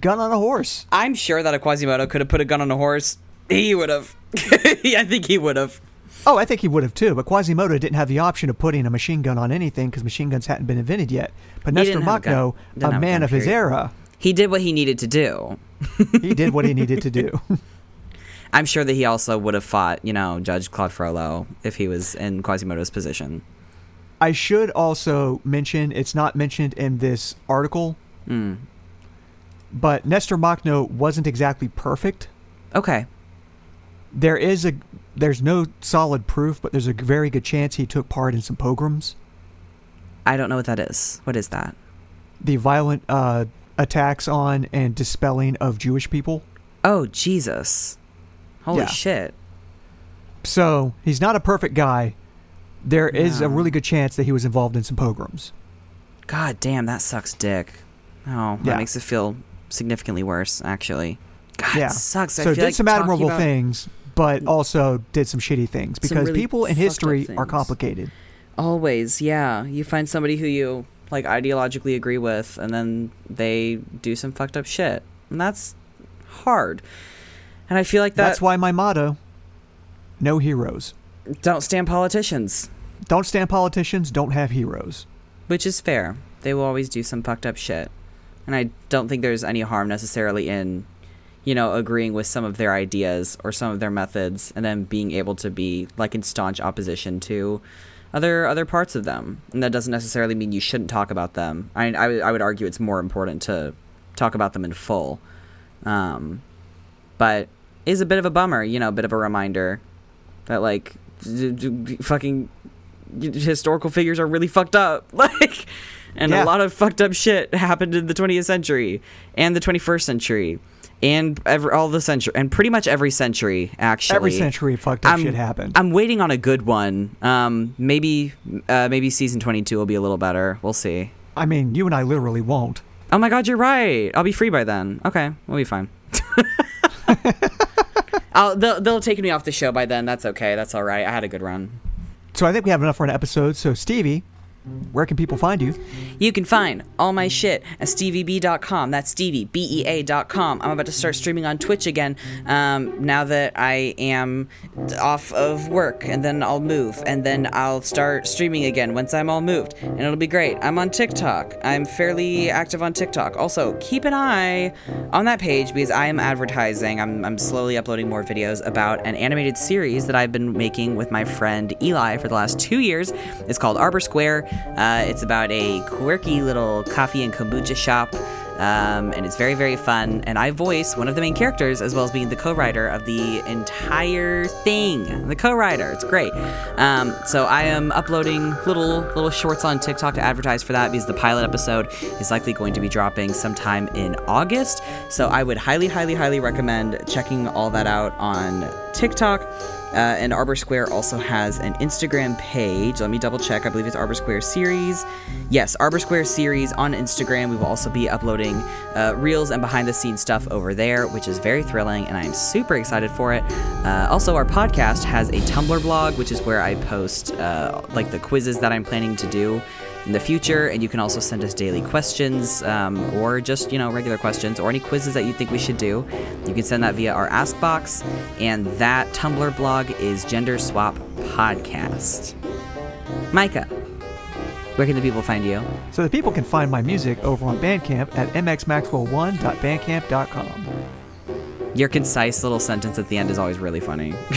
[SPEAKER 2] gun on a horse.
[SPEAKER 1] I'm sure that a Quasimodo could have put a gun on a horse. He would have. I think he would have.
[SPEAKER 2] Oh, I think he would have too, but Quasimodo didn't have the option of putting a machine gun on anything because machine guns hadn't been invented yet. But Nestor
[SPEAKER 1] didn't have a
[SPEAKER 2] Makhno,
[SPEAKER 1] gun. Didn't
[SPEAKER 2] a,
[SPEAKER 1] have a
[SPEAKER 2] man
[SPEAKER 1] gun,
[SPEAKER 2] of his
[SPEAKER 1] period.
[SPEAKER 2] era,
[SPEAKER 1] He did what he needed to do.
[SPEAKER 2] he did what he needed to do.
[SPEAKER 1] I'm sure that he also would have fought, you know, Judge Claude Frollo if he was in Quasimodo's position.
[SPEAKER 2] I should also mention it's not mentioned in this article,
[SPEAKER 1] Hmm.
[SPEAKER 2] but Nestor Makhno wasn't exactly perfect.
[SPEAKER 1] Okay.
[SPEAKER 2] There is a there's no solid proof, but there's a very good chance he took part in some pogroms,
[SPEAKER 1] I don't know what that is. What is that?
[SPEAKER 2] the violent uh, attacks on and dispelling of Jewish people.
[SPEAKER 1] Oh, Jesus. Holy
[SPEAKER 2] Yeah.
[SPEAKER 1] shit.
[SPEAKER 2] So he's not a perfect guy. There is a
[SPEAKER 1] No.
[SPEAKER 2] really good chance that he was involved in some pogroms.
[SPEAKER 1] God damn, that sucks dick. Oh, that
[SPEAKER 2] Yeah.
[SPEAKER 1] makes it feel significantly worse, actually. God,
[SPEAKER 2] yeah,
[SPEAKER 1] it sucks. I
[SPEAKER 2] So
[SPEAKER 1] feel
[SPEAKER 2] did
[SPEAKER 1] like
[SPEAKER 2] some
[SPEAKER 1] talking
[SPEAKER 2] admirable
[SPEAKER 1] about-
[SPEAKER 2] things, but also did some shitty things
[SPEAKER 1] Some
[SPEAKER 2] because
[SPEAKER 1] really
[SPEAKER 2] people in
[SPEAKER 1] fucked up
[SPEAKER 2] history are
[SPEAKER 1] things.
[SPEAKER 2] complicated.
[SPEAKER 1] Always, yeah. You find somebody who you, like, ideologically agree with, and then they do some fucked up shit. And that's hard. And I feel like that.
[SPEAKER 2] That's why my motto: no heroes.
[SPEAKER 1] don't stand politicians.
[SPEAKER 2] Don't stand politicians. Don't have heroes.
[SPEAKER 1] which is fair. They will always do some fucked up shit. And I don't think there's any harm necessarily in, you know, agreeing with some of their ideas or some of their methods and then being able to be like in staunch opposition to other other parts of them. And that doesn't necessarily mean you shouldn't talk about them. I I, would- I would argue it's more important to talk about them in full. Um but is a bit of a bummer, you know, a bit of a reminder that like d- d- d- fucking historical figures are really fucked up. Like, and
[SPEAKER 2] Yeah.
[SPEAKER 1] a lot of fucked up shit happened in the 20th century and the 21st century and every, all the century and pretty much every century actually.
[SPEAKER 2] Every century, fucked up
[SPEAKER 1] I'm-
[SPEAKER 2] shit happened.
[SPEAKER 1] I'm waiting on a good one. Um, maybe, uh, maybe season 22 will be a little better. We'll see.
[SPEAKER 2] I mean, you and I literally won't.
[SPEAKER 1] Oh my god, you're right. I'll be free by then. Okay, we'll be fine. I'll, they'll, they'll take me off the show by then. That's okay. That's all right. I had a good run.
[SPEAKER 2] So I think we have enough for an episode. So Stevie, where can people find you?
[SPEAKER 1] You can find all my shit at stevieb.com. That's Stevie, e B-E-A.com. I'm about to start streaming on Twitch again um, now that I am off of work, and then I'll move, and then I'll start streaming again once I'm all moved, and it'll be great. I'm on TikTok. I'm fairly active on TikTok. Also, keep an eye on that page because I am advertising. I'm, I'm slowly uploading more videos about an animated series that I've been making with my friend Eli for the last two years. Uh, It's called Arbor Square. Uh, it's about a quirky little coffee and kombucha shop. Um, and it's very, very fun. And I voice one of the main characters as well as being the co writer of the entire thing. I'm the co writer. It's great. Um, so I am uploading little little shorts on TikTok to advertise for that because the pilot episode is likely going to be dropping sometime in August. So I would highly, highly, highly recommend checking all that out on TikTok. Uh, and Arbor Square also has an Instagram page. Let me double check. I believe it's Arbor Square Series. Yes, Arbor Square Series on Instagram. We will also be uploading uh, reels and behind the scenes stuff over there, which is very thrilling, and I'm super excited for it. Uh, also, our podcast has a Tumblr blog, which is where I post uh, like the quizzes that I'm planning to do in the future. And you can also send us daily questions um, or just, you know, regular questions or any quizzes that you think we should do. You can send that via our Ask box. And that Tumblr blog is Gender Swap Podcast. Micah, where can the people find you?
[SPEAKER 2] So the people can find my music over on Bandcamp at mxmaxwell1.bandcamp.com.
[SPEAKER 1] Your concise little sentence at the end is always really funny.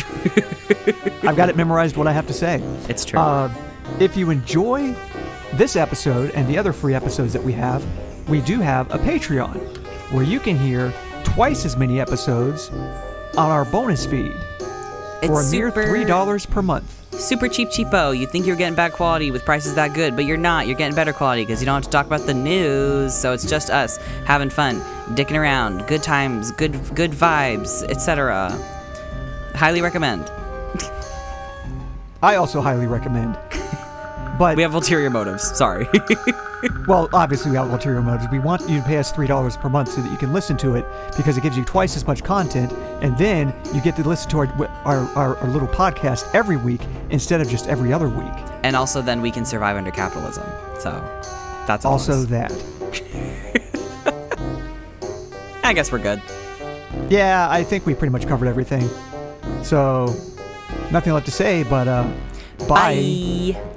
[SPEAKER 2] I've got it memorized what I have to say.
[SPEAKER 1] it's true.
[SPEAKER 2] Uh, if you enjoy this episode and the other free episodes that we have, we do have a Patreon where you can hear twice as many episodes on our bonus feed
[SPEAKER 1] it's
[SPEAKER 2] for a mere
[SPEAKER 1] super-
[SPEAKER 2] three dollars per month.
[SPEAKER 1] Super cheap cheapo. You think you're getting bad quality with prices that good, but you're not. You're getting better quality because you don't have to talk about the news. So it's just us having fun, dicking around, good times, good good vibes, etc. Highly recommend.
[SPEAKER 2] I also highly recommend. But
[SPEAKER 1] We have ulterior motives. Sorry.
[SPEAKER 2] well, obviously we have ulterior motives. We want you to pay us three dollars per month so that you can listen to it because it gives you twice as much content, and then you get to listen to our our, our, our little podcast every week instead of just every other week.
[SPEAKER 1] and also, then we can survive under capitalism. So that's a
[SPEAKER 2] Also
[SPEAKER 1] bonus.
[SPEAKER 2] that.
[SPEAKER 1] I guess we're good.
[SPEAKER 2] Yeah, I think we pretty much covered everything. So, nothing left to say, but uh, bye.
[SPEAKER 1] Bye.